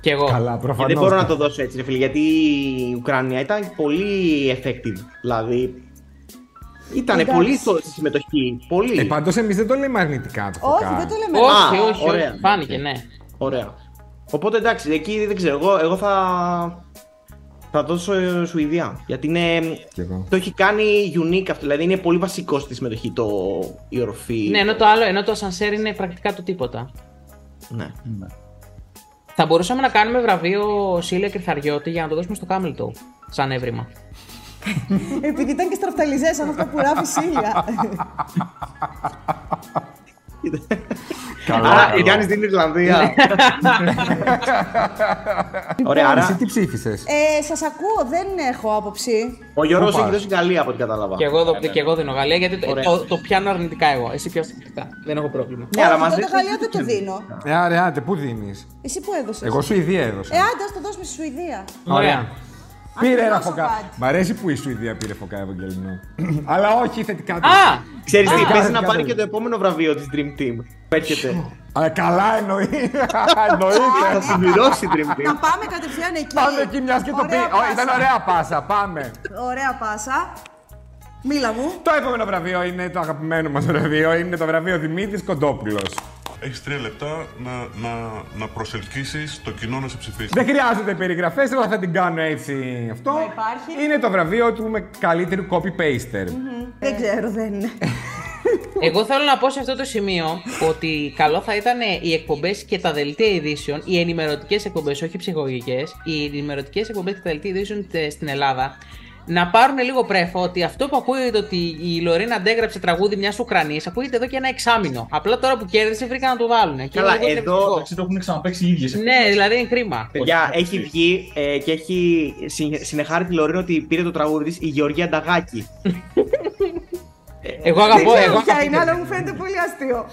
Κι εγώ. Καλά, ναι. Και προφανώ. Ε, δεν μπορώ να το δώσω έτσι, ρε φίλε, γιατί η Ουκρανία ήταν πολύ effective. Δηλαδή. Ήταν Εντάξει. πολύ στο- στη συμμετοχή. Πολύ. Ε, Πάντως εμείς δεν το λέμε αρνητικά το Όχι, φωκά. δεν το λέμε. Όχι, Α, όχι, ωραία. όχι. Φάνηκε, ναι. Ωραία. Οπότε εντάξει, εκεί δεν ξέρω. Εγώ, εγώ θα. Θα δώσω ε, Σουηδία. Γιατί είναι. Κι εγώ. Το έχει κάνει unique αυτό. Δηλαδή είναι πολύ βασικό στη συμμετοχή το... η οροφή. Ναι, ενώ το άλλο, ενώ το σανσέρ είναι πρακτικά το τίποτα. [laughs] Ναι. Ναι. Θα μπορούσαμε να κάνουμε βραβείο Σίλια Κρυθαριώτη για να το δώσουμε στο Κάμιλτο. Σαν έβριμα. Επειδή ήταν και στραφταλιζέ σαν αυτά που γράφει Σίλια. [laughs] Καλά, Άρα, καλά. η Γιάννη στην Ναι. Ιρλανδία. Ωραία, Άρα... άρα Εσύ τι ψήφισες. ε, Σας ακούω, δεν έχω άποψη. ο Γιώργος Πού έχει πας? δώσει Γαλλία από ό,τι κατάλαβα. Και εγώ, δω- και εγώ δίνω Γαλλία γιατί το, Ωραία. το, το πιάνω αρνητικά εγώ. Εσύ πιάσαι θετικά. Δεν έχω πρόβλημα. Ναι, αλλά Όχι, μαζί- τότε Γαλλία δεν το δίνω. Ε, άρε, άντε, πού δίνεις. Εσύ που έδωσες. Εγώ Σουηδία έδωσα. Ε, άντε, ας το δώσουμε στη Σουηδία. Ωραία. Πήρε ένα δώσω φωκά. κάτι. Μ' αρέσει που η Σουηδία πήρε φωκά, Ευαγγελινό. [clears throat] Αλλά όχι θετικά το. Α! Ξέρεις τι, Α, πες να καλά, πάρει καλά. και το επόμενο βραβείο της Dream Team. Πέρχεται. Α, καλά εννοεί. [laughs] Εννοείται. Θα συμπληρώσει η Dream Team. Να πάμε κατευθείαν εκεί. Ναι. Πάμε εκεί μιας και το πει. Ωραία πάσα. Ω, Ήταν ωραία πάσα. Πάμε. Ωραία πάσα. Μίλα μου. Το επόμενο βραβείο είναι το αγαπημένο μας βραβείο. Είναι το βραβείο Δημήτρης Κοντόπουλος. Έχεις τρία λεπτά να, να, να προσελκύσεις το κοινό να σε ψηφίσει. Δεν χρειάζονται περιγραφέ, αλλά θα την κάνω έτσι αυτό. Να υπάρχει. Είναι το βραβείο του με καλύτερου copy-paster. Ε. Δεν ξέρω, δεν είναι. Εγώ θέλω να πω σε αυτό το σημείο ότι καλό θα ήταν οι εκπομπές και τα δελτία ειδήσεων, οι ενημερωτικές εκπομπές, όχι οι ψυχολογικές, οι ενημερωτικές εκπομπές και τα δελτία ειδήσεων τε- στην Ελλάδα να πάρουν λίγο πρέφο ότι αυτό που ακούγεται ότι η Λωρίνα αντέγραψε τραγούδι μιας Ουκρανής ακούγεται εδώ και ένα εξάμεινο. Απλά τώρα που κέρδισε βρήκα να το βάλουν. Καλά, εδώ- Εντάξει, το έχουν ξαναπέξει οι ίδιες. Ναι, δηλαδή είναι κρίμα. Παιδιά, Όχι, έχει όχι. βγει ε, και έχει συ- συνεχάρει τη Λωρίνα ότι πήρε το τραγούδι της η Γεωργία Νταγάκη. Εγώ Δεν αγαπώ, εγώ. ξέρω ποια είναι, αλλά μου φαίνεται πολύ αστείο.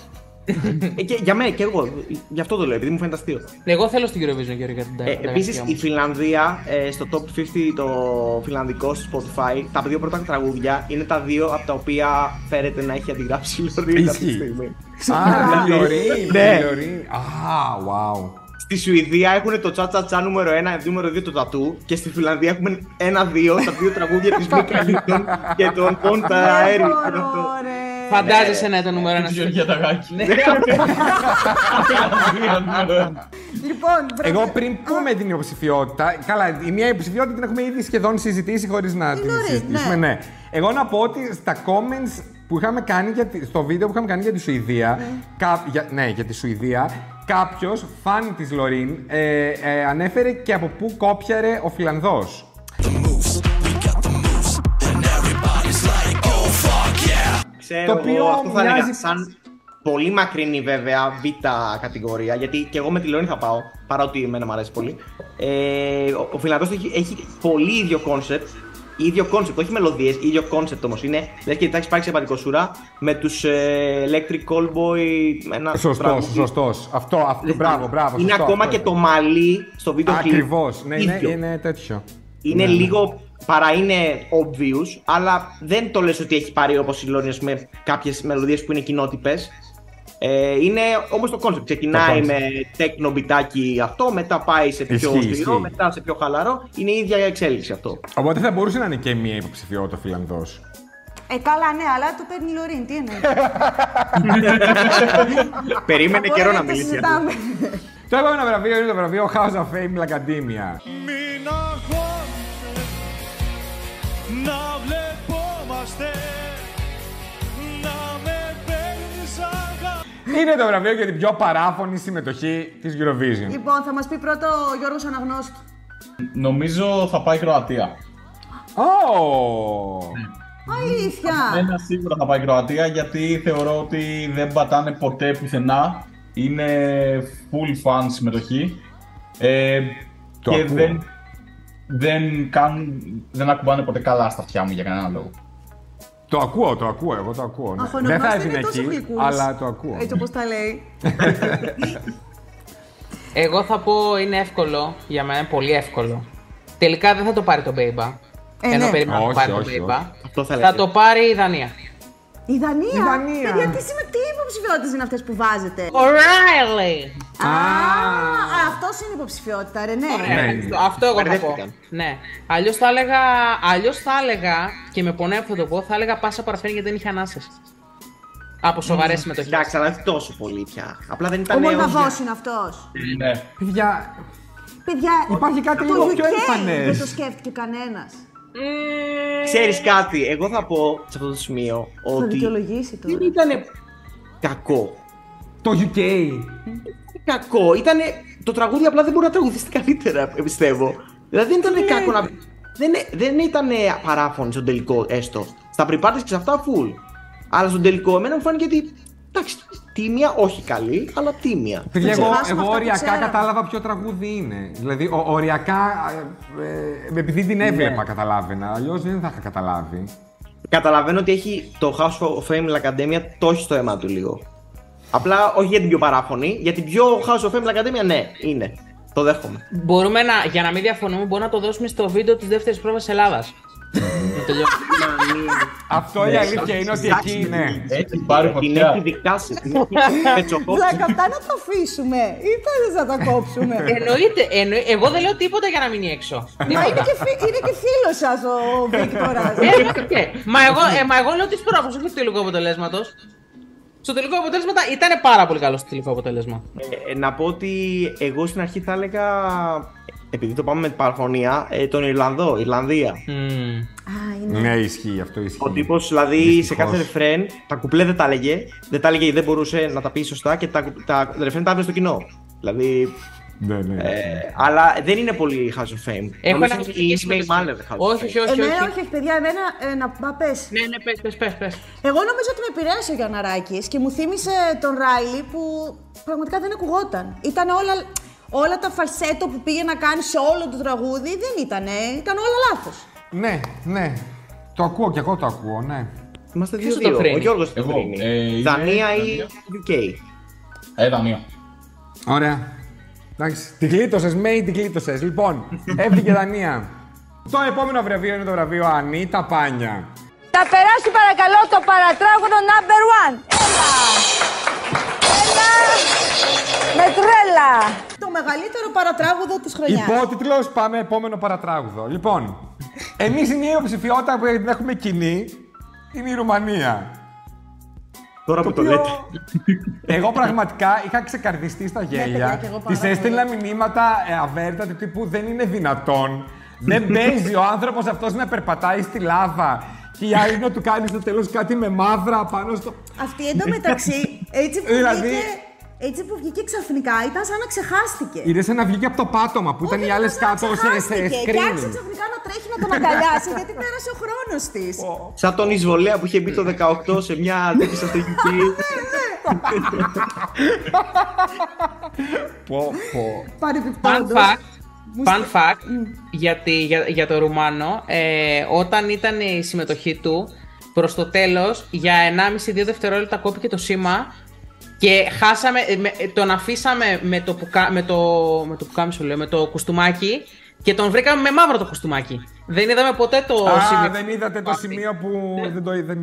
Ε, και, για μένα και εγώ. Γι' αυτό το λέω, επειδή μου φαίνεται αστείο. Εγώ θέλω στην Eurovision, Γεωργία. την τα- Ε, τα Επίση, γραφεία μου. η Φιλανδία ε, στο top 50 το φιλανδικό στο Spotify, τα δύο πρώτα τραγούδια είναι τα δύο από τα οποία φέρεται να έχει αντιγράψει η Λωρίνα αυτή τη Ισχύει. στιγμή. Α, Λωρί, Ναι. Λωρί. Α, wow. Στη Σουηδία έχουν το τσα τσα τσα νούμερο 1, νούμερο 2 το τατού και στη Φιλανδία έχουμε ένα-δύο, τα δύο τραγούδια της Μίκα Λίντον και τον Πόντα Αέρι. Δεν μπορώ, ρε. Ναι. Φαντάζεσαι να ήταν νούμερο Και ένα. τη Γεωργία Ταγάκη. [laughs] Λοιπόν, βρε- Εγώ πριν πούμε την υποψηφιότητα. Καλά, η μία υποψηφιότητα την έχουμε ήδη σχεδόν συζητήσει χωρίς να την νωρίς, συζητήσουμε. ναι. Ναι. Εγώ να πω ότι στα comments που είχαμε κάνει για τη- στο βίντεο που είχαμε κάνει για τη Σουηδία. κά- για, ναι, για τη Σουηδία. Κάποιος, φαν της Λωρίν, ε, ε, ανέφερε και από πού κόπιαρε ο Φιλανδός. Ξέρω Το το οποίο οποίο αυτό θα μοιάζει- έλεγα σαν πολύ μακρινή βέβαια β κατηγορία, γιατί και εγώ με τη Λεωνή θα πάω, παρότι εμένα μου αρέσει πολύ. Ε, ο ο Φιλανδός έχει, έχει πολύ ίδιο κόνσεπτ, ίδιο κόνσεπτ, όχι μελωδίες, ίδιο κόνσεπτ όμως είναι. Λες και εντάξει πάρει σε πατικοσούρα με τους ε, Electric Callboy, ένα Σωστός, τραγούδι. σωστός. Αυτό, αυτό. Μπράβο, μπράβο. Ε, Είναι σωστό, ακόμα αυτό. και το μαλλί στο βίντεο κλιπ. Ακριβώς. Ναι, είναι, ίδιο. είναι τέτοιο. Είναι Ναι, ναι. λίγο παρά είναι obvious, αλλά δεν το λες ότι έχει πάρει όπως η Λόνια με κάποιες μελωδίες που είναι κοινότυπες. Ε, είναι όμως το concept. Ξεκινάει Το concept. με τέκνο μπιτάκι αυτό, μετά πάει σε πιο Ισχύει, σκληρό, ισχύει. μετά σε πιο χαλαρό. Είναι η ίδια εξέλιξη αυτό. Οπότε θα μπορούσε να είναι και μία υποψηφιότητα ο Φιλανδός. Ε, καλά, ναι, αλλά το παίρνει η Λωρίν. Τι εννοείς. Ε, Περίμενε καιρό να μιλήσει. για αυτό. Το επόμενο βραβείο είναι το βραβείο House of Fame La Academia. Μην αγχώνεσαι να βλεπόμαστε να με παίρνεις αγάπη Είναι το βραβείο για την πιο παράφωνη συμμετοχή της Eurovision. Λοιπόν, θα μας πει πρώτο ο Γιώργος Αναγνώστη. Νομίζω θα πάει η Κροατία. Αλήθεια. Ένα Ναι, σίγουρα θα πάει η Κροατία γιατί θεωρώ ότι δεν πατάνε ποτέ πουθενά. Είναι full fan συμμετοχή. Ε, Το και ακούω. δεν, δεν, κάνουν, δεν ακουμπάνε ποτέ καλά στα αυτιά μου για κανένα λόγο. Το ακούω, το ακούω, εγώ το ακούω. ναι. Δεν θα Αχωνομάστε έβγαινε είναι τόσο εκεί, γλυκούς. Ε, αλλά το ακούω. Έτσι όπως τα λέει. Εγώ θα πω είναι εύκολο για μένα, πολύ εύκολο. Τελικά δεν θα το πάρει το Μπέιμπα. Ε, Ενώ ναι. περίμενα να Όχι, πάρει το όχι, Μπέιμπα. όχι. Αυτό θα Θα λέγαμε. το πάρει η Δανία. Η Δανία. Η Δανία. Παιδιά, τι, σημα... τι υποψηφιότητες είναι αυτές που βάζετε. Ο Ράιλι! Α, αυτός είναι η υποψηφιότητα, ρε, ναι. Αυτό- Αυτό εγώ θα πω. Μπερδεύτηκαν. Ναι. Αλλιώς θα, έλεγα, αλλιώς θα έλεγα, και με πονάει που θα το πω, θα έλεγα πάσα παραφέρει γιατί δεν είχε ανάσες. Από σοβαρές συμμετοχές. Εντάξει, αλλά όχι τόσο πολύ πια. Απλά δεν Ο ήταν Μολδαβός είναι αυτός. Ναι. Παιδιά, Παιδιά, Υπάρχει κάτι το λίγο πιο UK εμφανές. Δεν το σκέφτηκε κανένας. Ξέρεις κάτι, εγώ θα πω σε αυτό το σημείο Θα ότι δικαιολογήσει τώρα. δεν ήταν κακό. το UK. Κακό, ήταν το τραγούδι απλά δεν μπορεί να τραγουδιστεί καλύτερα, ε, πιστεύω. Δηλαδή δεν ήταν κακό να. Δεν, δεν ήταν παράφωνη στον τελικό, έστω. Στα προπάρτε και σε αυτά, full. Αλλά στον τελικό, εμένα μου φάνηκε ότι. Εντάξει, τίμια, όχι καλή, αλλά τίμια. Παιδιά, εγώ, ξεχάσουμε εγώ αυτά που οριακά ξέραμε. κατάλαβα ποιο τραγούδι είναι. Δηλαδή, ο, οριακά. ε, ε, επειδή την έβλεπα, καταλάβαινα. Αλλιώς δεν θα είχα καταλάβει. Καταλαβαίνω ότι έχει το House of Fame Academia το έχει στο αίμα του λίγο. Απλά όχι για την πιο παράφωνη, για την πιο House of Fame Academia ναι, είναι. Το δέχομαι. Μπορούμε να, για να μην διαφωνούμε, μπορούμε να το δώσουμε στο βίντεο της δεύτερης πρόβα Ελλάδα. Αυτό η αλήθεια είναι ότι εκεί είναι. Ναι, Έχει πάρει Την φωτιά. έχει δικάσει, την έχει πετσοκόψει. Βλάκα, αυτά να τα αφήσουμε ή θα να τα κόψουμε. Ε, Εννοείται, εννοεί- εγώ δεν λέω τίποτα για να μείνει έξω. Μα είναι Τίποτα. και, φι... είναι και φίλος σας ο Βίκτορας. ναι. Ε, εννοείται. μα, εγώ, ε, μα εγώ λέω τη πρόβα, όχι του τελικού αποτελέσματος. Στο τελικό αποτέλεσμα ήταν πάρα πολύ καλό στο τελικό αποτέλεσμα. Ε, να πω ότι εγώ στην αρχή θα έλεγα, επειδή το πάμε με την παραφωνία, ε, τον Ιρλανδό, Ιρλανδία. Μμμ. Α, είναι. Ναι, ισχύει αυτό. Ισχύει. Ο τύπος δηλαδή σε κάθε ρεφρέν τα κουπλέ δεν τα έλεγε. Δεν τα έλεγε, δεν μπορούσε να τα πει σωστά και τα, κου- τα ρεφρέν τα έβγαινε στο κοινό. Δηλαδή. Ναι, ναι. Ε, αλλά δεν είναι πολύ House of Fame. Έχω Νομίζω ένα ότι μικρή η Ismail Maler House of Fame. Όχι, όχι, όχι. Εμένα, όχι. όχι, όχι, παιδιά, εμένα ε, να μα, πες. Ναι, ναι, πες, πες, πες, πες. Εγώ νομίζω ότι με επηρέασε ο Γιανναράκης και μου θύμισε τον Ράιλι που πραγματικά δεν ακουγόταν. Ήταν όλα, όλα τα φαλσέτο που πήγε να κάνει σε όλο το τραγούδι δεν ήταν, ήταν όλα λάθος. ναι, ναι. Το ακούω κι εγώ το ακούω, ναι. Είμαστε Ποιος δύο-δύο. το Ο φρένει? Γιώργος το Εγώ, φρένει. ε, είναι Δανία ή Δανία. UK. Ε, Δανία. Ωραία. Εντάξει. Την κλείτωσες, Μέη, την κλείτωσες. Λοιπόν, [laughs] έφυγε Δανία. Το επόμενο βραβείο είναι το βραβείο Ανίτα Πάνια. Θα περάσει παρακαλώ το παρατράγωνο number one. Έλα. Έλα. Με τρέλα. Το μεγαλύτερο παρατράγουδο της χρονιάς. Υπότιτλος, πάμε επόμενο παρατράγουδο. Λοιπόν, εμείς η μία υποψηφιότητα που την έχουμε κοινή είναι η Ρουμανία. Τώρα που το οποίο- λέτε. Εγώ πραγματικά είχα ξεκαρδιστεί στα Ναι, παιδιά, γέλια. κι εγώ πάρα Τη πολύ. έστειλα μηνύματα ε, αβέρτα του τύπου δεν είναι δυνατόν. [laughs] Δεν παίζει ο άνθρωπος αυτός να περπατάει στη λάβα. Και η άλλη να του κάνει στο τέλος κάτι με μαύρα πάνω στο. Αυτή εντωμεταξύ, έτσι που Δηλαδή- βγήκε, έτσι που βγήκε ξαφνικά, ήταν σαν να ξεχάστηκε. Είναι σαν να βγήκε από το πάτωμα που ήταν Όχι, οι ε, άλλε σαν να κάτω σε, σε ξεχάστηκε Και άρχισε screening. ξαφνικά να τρέχει να τον αγκαλιάσει, γιατί πέρασε ο χρόνος της. Σαν τον Ισβολέα που είχε μπει το 18 σε μια τέτοια στρατηγική. Πω, πω. Fun Παρεμπιπτόντως. fact, Μου fun στέ- fact για, τη- για, για το Ρουμάνο, ε, όταν ήταν η συμμετοχή του προς το τέλος, για 1,5-2 δευτερόλεπτα κόπηκε το σήμα και χάσαμε, ε, με- ε, τον αφήσαμε με το, πουκα, με το, με το πουκάμισο λέω, με το κουστούμάκι και τον βρήκαμε με μαύρο το κουστούμάκι. Δεν είδαμε ποτέ το Α, σημείο. δεν είδατε το σημείο που Ναι. δεν το είδε.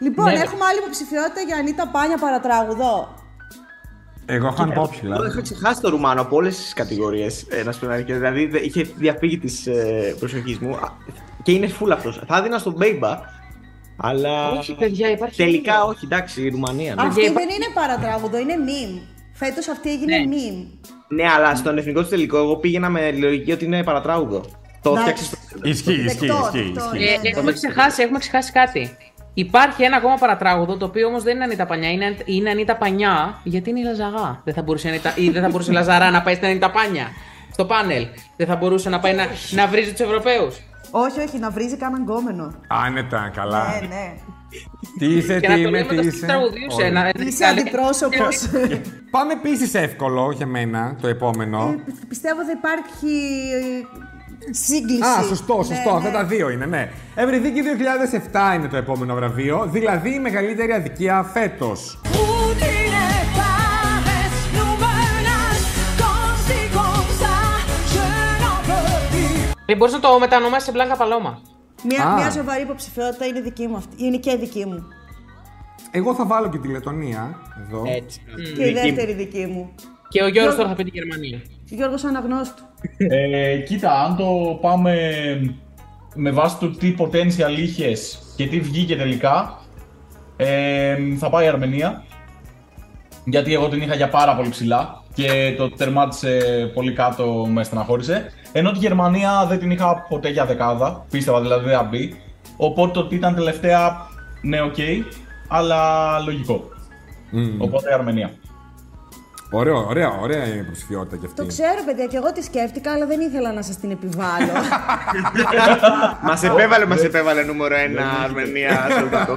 Λοιπόν, Ναι. έχουμε άλλη υποψηφιότητα για Ανίτα Πάνια παρατράγουδο. Εγώ είχα Εγώ ανυπόψηλα. είχα ξεχάσει το Ρουμάνο από όλες τις κατηγορίες. Να σου πω την αλήθεια. Δηλαδή δε- είχε διαφύγει της προσοχής μου. Α, Και είναι full αυτός. Θα έδινα στον Μπέιμπα. Αλλά. Όχι, παιδιά, υπάρχει Τελικά λίγο. όχι, εντάξει, η Ρουμανία. ναι. Αυτή υπά- δεν είναι παρατράγουδο, είναι meme. Φέτος αυτή έγινε Ναι. meme. Ναι, αλλά στον εθνικό του τελικό εγώ πήγαινα με λογική ότι είναι παρατράγουδο. Το Εντάξει. φτιάξει. Ισχύει, ισχύει, Δεκτός, ισχύει. δεκτό, ισχύει. ναι. Ε, έχουμε, ξεχάσει, έχουμε ξεχάσει κάτι. Υπάρχει ένα ακόμα παρατράγουδο το οποίο όμως δεν είναι Ανίτα Πανιά, είναι, είναι Ανίτα Πανιά γιατί είναι η Λαζαγά. Δεν θα μπορούσε, η Ανίτα- ή δεν θα Ε, μπορούσε η Λαζαρά να πάει στην Ανίτα Πανιά στο πάνελ. Δεν θα μπορούσε να πάει να, να βρίζει τους Ευρωπαίους. Όχι, όχι, να βρίζει κανέναν γκόμενο. Άνετα, καλά. Ναι, ναι. Τι είσαι, Και να τι το είμαι, λέμε τι το είσαι. τραγουδίου σε Ωραία. ένα- Ε, ένα- Είσαι αντιπρόσωπος. Ε, Πάμε επίσης εύκολο για μένα το επόμενο. Πιστεύω θα υπάρχει ε, σύγκληση. Α, σωστό, σωστό. Ναι, Αυτά ναι. τα δύο είναι, ναι. Ευρυδίκη 2007 είναι το επόμενο βραβείο, δηλαδή η μεγαλύτερη αδικία φέτος. Πού την έφαγες νούμερας Κόμψη κόμψα Je n'en peux plus Ε, Μπορείς να το μετανομάσεις σε μπλάνκα παλώμα. Μια, Α. μια σοβαρή υποψηφιότητα είναι δική μου αυτή. Είναι και δική μου. Εγώ θα βάλω και τη Λετωνία εδώ. Έτσι. Και η δεύτερη δική μου. Και ο Γιώργος Γιώργο- τώρα θα πει τη Γερμανία. Γιώργος Αναγνώστου. Ε, κοίτα, αν το πάμε με βάση το τι potential είχες και τι βγήκε τελικά, ε, θα πάει η Αρμενία. Γιατί εγώ την είχα για πάρα πολύ ψηλά και το τερμάτισε πολύ κάτω, με στεναχώρησε. Ενώ τη Γερμανία δεν την είχα ποτέ για δεκάδα, πίστευα δηλαδή δεν θα μπει. Οπότε το ότι ήταν τελευταία, ναι, οκ, αλλά λογικό. Οπότε η Αρμενία. Ωραίο, ωραία, ωραία η υποψηφιότητα κι αυτή. Το ξέρω, παιδιά, και εγώ τη σκέφτηκα, αλλά δεν ήθελα να σας την επιβάλλω. [laughs] Μας επέβαλε, μας επέβαλε νούμερο 1 Αρμενία. Σολτάκο.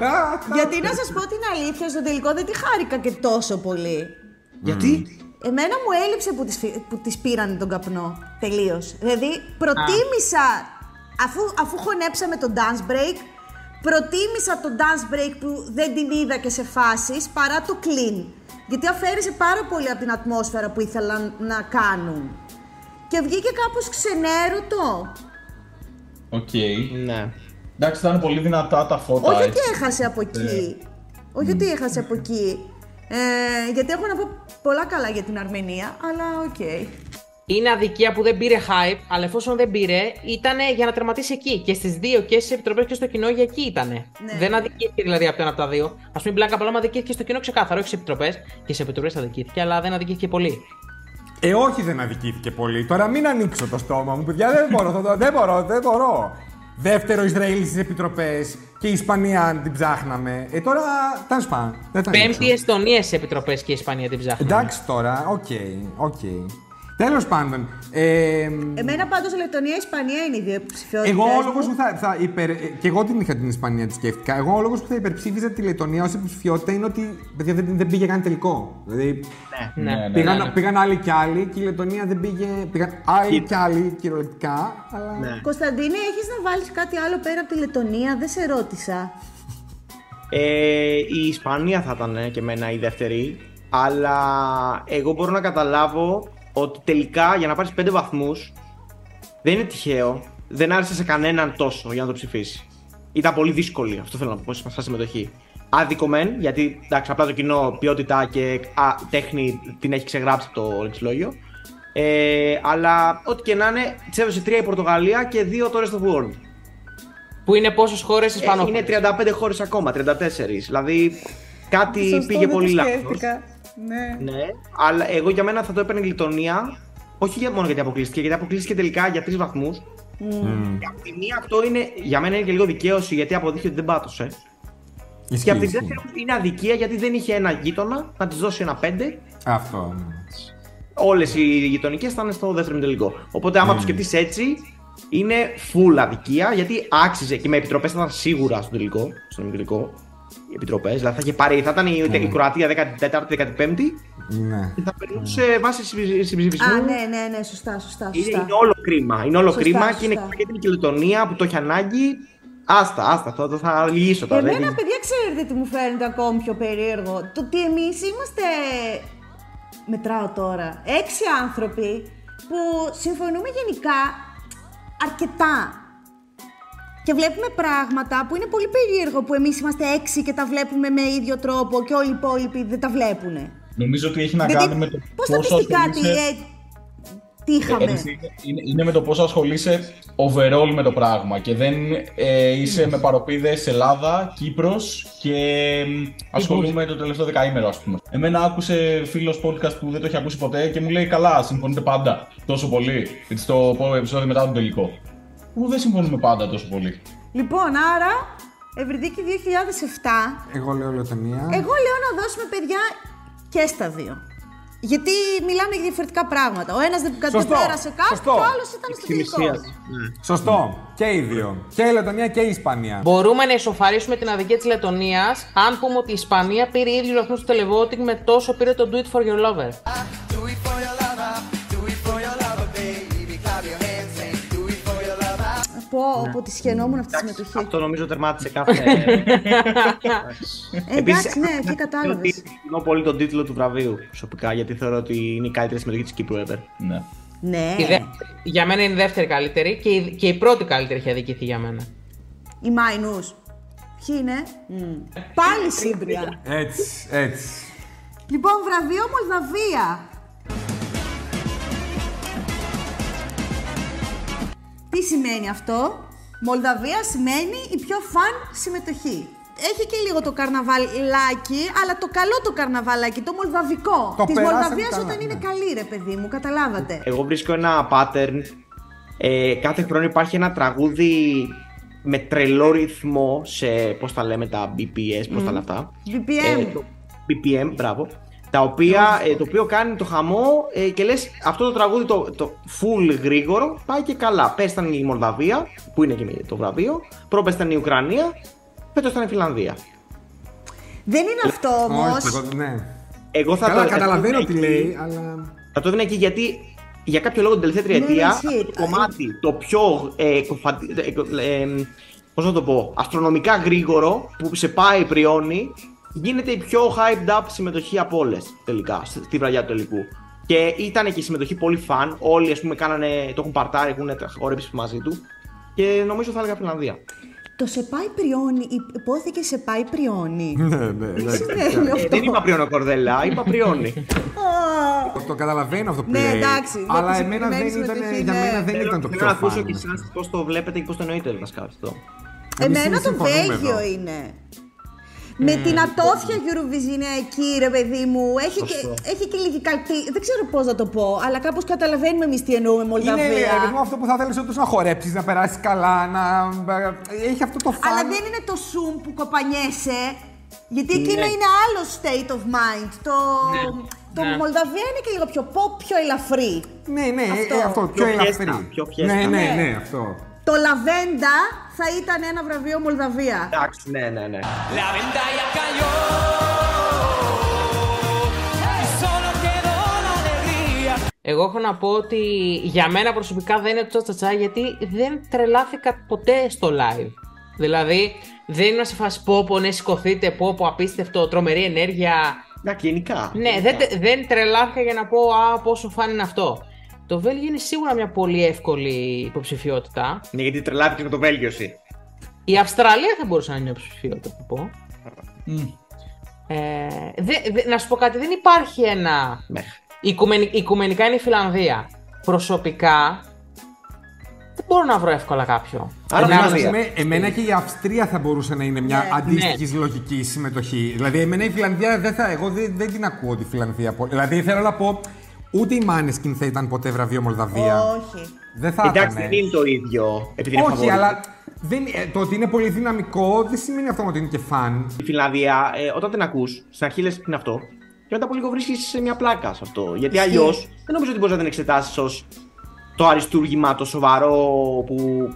Γιατί να σας πω την αλήθεια, στο τελικό δεν τη χάρηκα και τόσο πολύ. Mm. Γιατί? Εμένα μου έλειψε που τις, φυ- που τις πήραν τον καπνό. Τελείως. Δηλαδή, προτίμησα. Αφού, αφού χωνέψαμε το dance break, προτίμησα το dance break που δεν την είδα και σε φάσεις παρά το clean. Γιατί αφαίρεσε πάρα πολύ από την ατμόσφαιρα που ήθελαν να κάνουν. Και βγήκε κάπως ξενέρωτο. Οκ. Ναι. Εντάξει, ήταν πολύ δυνατά τα φώτα. Όχι ότι έτσι. έχασε από εκεί. Ναι. Όχι ότι έχασε από εκεί. Ε, γιατί έχω να πω πολλά καλά για την Αρμενία, αλλά οκ. Είναι αδικία που δεν πήρε hype, αλλά εφόσον δεν πήρε, ήταν για να τερματίσει εκεί. Και στις δύο, και στις επιτροπές και στο κοινό, για εκεί ήταν. Ναι. Δεν αδικήθηκε δηλαδή από το ένα από τα δύο. Ας πούμε, η Μπλάκα Παλώμα αδικήθηκε στο κοινό ξεκάθαρο, όχι στις επιτροπές. Και στι επιτροπέ αδικήθηκε, αλλά δεν αδικήθηκε πολύ. Ε, όχι, δεν αδικήθηκε πολύ. Τώρα μην ανοίξω το στόμα μου, παιδιά. Δεν μπορώ, θα το- δεν μπορώ, δεν μπορώ. Δεύτερο Ισραήλ στις επιτροπές και η Ισπανία αν την ψάχναμε. Ε, τώρα τα σπα. Δεν τα ανοίξω. Πέμπτη η Εστονία στις επιτροπές και η Ισπανία την ψάχνει. Εντάξει τώρα, οκ, οκ. Τέλος πάντων, ε, Εμένα πάντως Λετωνία-Ισπανία είναι οι δύο ψηφιότητε. εγώ ο λόγος που θα, θα υπερ. ε, και εγώ την είχα την Ισπανία, τη σκέφτηκα. Εγώ ο λόγος που θα υπερψήφιζα τη Λετωνία ως υποψηφιότητα είναι ότι παιδιά, δεν, δεν πήγε καν τελικό. Δηλαδή, Ναι, ναι, πήγαν, ναι, ναι. πήγαν άλλοι κι άλλοι και η Λετωνία δεν πήγε. Πήγαν άλλοι κι άλλοι κυριολεκτικά. Αλλά... Ναι. Κωνσταντίνε, έχεις να βάλεις κάτι άλλο πέρα από τη Λετωνία, δεν σε ρώτησα. Ε, η Ισπανία θα ήταν ε, και εμένα η δεύτερη. Αλλά εγώ μπορώ να καταλάβω ότι τελικά για να πάρεις 5 βαθμούς δεν είναι τυχαίο. Δεν άρεσε σε κανέναν τόσο για να το ψηφίσει. Ήταν πολύ δύσκολη, αυτό θέλω να πω, σαν συμμετοχή. Άδικο μεν, γιατί εντάξει, απλά το κοινό ποιότητα και α, τέχνη την έχει ξεγράψει το λεξιλόγιο. Ε, αλλά ό,τι και να είναι, της έδωσε 3 η Πορτογαλία και 2 το rest of world. Που είναι πόσες χώρες ε, Είναι 35 χώρες ακόμα, 34. Δηλαδή κάτι πήγε πολύ λάθο. Ναι. Ναι, αλλά εγώ για μένα θα το έπαιρνε η Λιτωνία. Όχι για, μόνο γιατί αποκλείστηκε, γιατί αποκλείστηκε τελικά για τρεις βαθμούς. Μμμ. Και από τη μία αυτό είναι, για μένα είναι και λίγο δικαίωση, γιατί αποδείχθηκε ότι δεν πάτωσε. Ισχύει, και από την ισχύει. δεύτερη είναι αδικία, γιατί δεν είχε ένα γείτονα να της δώσει ένα πέντε. Αυτό. Όλες οι γειτονικές ήταν στο δεύτερο τελικό. Οπότε, άμα Mm. το σκεφτείς έτσι, είναι full αδικία, γιατί άξιζε και με επιτροπές θα ήταν σίγουρα στο τελικό. Στον ημιτελικό. Οι επιτροπές, δηλαδή θα, είχε πάρει, θα ήταν η, η Κροατία 14η-15η Ναι. και θα περνούσε βάσει συμψη- συμψηφισμού. Α, ναι, ναι, ναι, σωστά, σωστά. Είναι, σωστά. είναι όλο κρίμα. Είναι όλο Σωστά, κρίμα και σωστά. είναι κρίμα γιατί είναι και η Λετωνία που το έχει ανάγκη. Άστα, άστα, θα, θα λυγίσω τώρα. δεν Εμένα, έχει- παιδιά, ξέρετε τι μου φαίνεται ακόμη πιο περίεργο. Το ότι εμείς είμαστε. Μετράω τώρα. Έξι άνθρωποι που συμφωνούμε γενικά αρκετά. Και βλέπουμε πράγματα που είναι πολύ περίεργο που εμείς είμαστε έξι και τα βλέπουμε με ίδιο τρόπο και όλοι οι υπόλοιποι δεν τα βλέπουνε. Νομίζω ότι έχει να Δηλαδή, κάνει με το Πώς πόσο στατιστικά τι, ασχολείσαι- ε, τι είχαμε. Ε, Είναι, είναι με το πόσο ασχολείσαι overall με το πράγμα και δεν ε, είσαι με παροπίδες Ελλάδα, Κύπρος και μ, ασχολούμαι το τελευταίο δεκαήμερο ας πούμε. Εμένα άκουσε φίλος podcast που δεν το έχει ακούσει ποτέ και μου λέει καλά συμφωνείτε πάντα τόσο πολύ έτσι το πω- επεισόδιο μετά τον τελικό. Που δεν συμφωνούμε πάντα τόσο πολύ. Λοιπόν, άρα, Ευρυδίκη 2007, Εγώ λέω Λετωνία. Ε, εγώ λέω να δώσουμε παιδιά και στα δύο. Γιατί μιλάμε για διαφορετικά πράγματα. Ο ένας δεν κατεπέρασε κάτι, Σωστό. ο άλλος ήταν στο τελικό. Σωστό. Και οι δύο. Και η Λετωνία και η Ισπανία. Μπορούμε να ισοφαρίσουμε την αδικία της Λετωνίας αν πούμε ότι η Ισπανία πήρε ίδιου βαθμού στο televoting με τόσο πήρε το Do It for Your Lover. [laughs] Πω, πω, τη σχαινόμουν αυτή τη συμμετοχή. Αυτό νομίζω [laughs] τερμάτισε κάθε. Εντάξει, ναι, και κατάλαβες. Εκτιμώ πολύ τον τίτλο του βραβείου προσωπικά, γιατί θεωρώ ότι είναι η καλύτερη συμμετοχή της Κύπρου ever. Ναι. Ναι. Η δε- Για μένα είναι η δεύτερη καλύτερη και η, και η πρώτη καλύτερη έχει αδικηθεί για μένα. Οι Μάινου. Ποιοι είναι. Μμ. Πάλι σύμπρια. Έτσι, έτσι. λοιπόν, βραβείο Μολδαβία. Τι σημαίνει αυτό. Μολδαβία σημαίνει η πιο φαν συμμετοχή. Έχει και λίγο το καρναβαλάκι, αλλά το καλό το καρναβαλάκι, το μολδαβικό. Το Της περάσαμε Μολδαβίας καλά, όταν ναι. είναι καλή, ρε παιδί μου, καταλάβατε. Εγώ βρίσκω ένα pattern. Ε, κάθε χρόνο υπάρχει ένα τραγούδι με τρελό ρυθμό σε πώς τα λέμε τα BPS, πώς τα Μμμ. λένε αυτά. BPM. Ε, το BPM, μπράβο. Τα οποία, ε, το οποίο κάνει το χαμό ε, και λες αυτό το τραγούδι το, το full γρήγορο πάει και καλά. Πες ήταν η Μολδαβία, που είναι και το βραβείο, πρόπες ήταν η Ουκρανία, πέτος ήταν η Φιλανδία. Δεν είναι αυτό όμως. Όχι, εγώ- Ναι. Εγώ θα Καλά, το, καταλαβαίνω θα το τι έδινα εκεί- λέει, αλλά. Θα το έδινα εκεί γιατί για κάποιο λόγο την τελευταία Ναι, ναι, τριετία ισχύει. αυτό το κομμάτι το πιο ε, κοφαντι- ε, κο- ε, ε, πώς να το πω, αστρονομικά γρήγορο που σε πάει πριώνει γίνεται η πιο hyped up συμμετοχή από όλες τελικά σ- στη βραδιά του τελικού. Και ήταν και η συμμετοχή πολύ fun. Όλοι ας πούμε κάνανε, το έχουν παρτάρει, έχουν όρεψει μαζί του. Και νομίζω θα έλεγα Φιλανδία. Το σε πάει πριώνει, η- υπόθηκε σε πάει πριώνει. ναι, Τι συνέβη Ε, αυτό. δεν είπα πριώνω κορδέλα, είπα πριώνει. Α, Το καταλαβαίνω αυτό που Ναι, λέει. εντάξει, ναι, Αλλά τη εμένα δεν συγκεκριμένη ήταν, συμμετοχή, για ναι. μένα δεν Θέλω- Ε, ήταν το θέλω πιο να φαν. ακούσω και εσάς πώς το βλέπετε και πώς το εννοείτε βασικά αυτό. Εμένα το συμφωνούμε Βέλγιο εδώ. Ε, είναι. Με την ατόφια Eurovisionιακή, ρε παιδί μου, έχει και, έχει και λίγη καλτή. Δεν ξέρω πώς να το πω, αλλά κάπως καταλαβαίνουμε εμείς τι εννοούμε Είναι Μολδαβία. ρε παιδί μου, αυτό που θα θέλεις όντως να χορέψεις, να περάσεις καλά, να... Έχει αυτό το φαν. Αλλά δεν είναι το Zoom που κοπανιέσαι. Γιατί εκείνο Ναι. είναι άλλο state of mind. Το, Ναι. το Ναι. Μολδαβία είναι και λίγο πιο pop, πιο ελαφρύ. Ναι, ναι, ε, ε, αυτό, πιο Πιο φιέστα, ελαφρύ. πιο φιέστα. Ναι, ναι, Ναι. ναι, αυτό. Το Λαβέντα θα ήταν ένα βραβείο Μολδαβία. Εντάξει, ναι, ναι, ναι. La ventaglia cayó y solo quedó la alegría. Εγώ έχω να πω ότι για μένα προσωπικά δεν είναι το τσατσά γιατί δεν τρελάθηκα ποτέ στο live. Δηλαδή δεν ήμουν σε φάση πω πω, ναι σηκωθείτε, πω πω απίστευτο, τρομερή ενέργεια. Να, γενικά. Ναι, δεν, τε- δεν τρελάθηκα για να πω α, πόσο φαν είναι αυτό. Το Βέλγιο είναι σίγουρα μια πολύ εύκολη υποψηφιότητα. Ναι, γιατί τρελάθηκε με το Βέλγιο, εσύ. Η Αυστραλία θα μπορούσε να είναι μια υποψηφιότητα, θα πω. Ε, δε- δε- να σου πω κάτι, δεν υπάρχει ένα. Ναι. Ε, Οικουμενι- οικουμενικά είναι η Φιλανδία. Προσωπικά δεν μπορώ να βρω εύκολα κάποιο. Εμένα, Φιλανδία. ας πούμε, εμένα και η Αυστρία θα μπορούσε να είναι μια Ναι. αντίστοιχη λογική συμμετοχή. Δηλαδή, εμένα η Φιλανδία δεν θα. Εγώ δεν, δεν την ακούω τη Φιλανδία. πολύ. Δηλαδή, θέλω να πω, ούτε η Μάνεσκιν θα ήταν ποτέ βραβείο Μολδαβία. Όχι. Δεν θα Εντάξει, ήταν. δεν είναι το ίδιο. Επειδή είναι Όχι, φαβορή. αλλά δεν, ε, το ότι είναι πολύ δυναμικό δεν σημαίνει αυτό ότι είναι και φαν. Η Φιλανδία, ε, όταν την ακούς, στην αρχή λες τι είναι αυτό. Και μετά από λίγο βρίσκεις μια πλάκα σε αυτό. Γιατί Ισχύει. αλλιώς δεν νομίζω ότι μπορείς να την εξετάσεις ως το αριστούργημα, το σοβαρό που.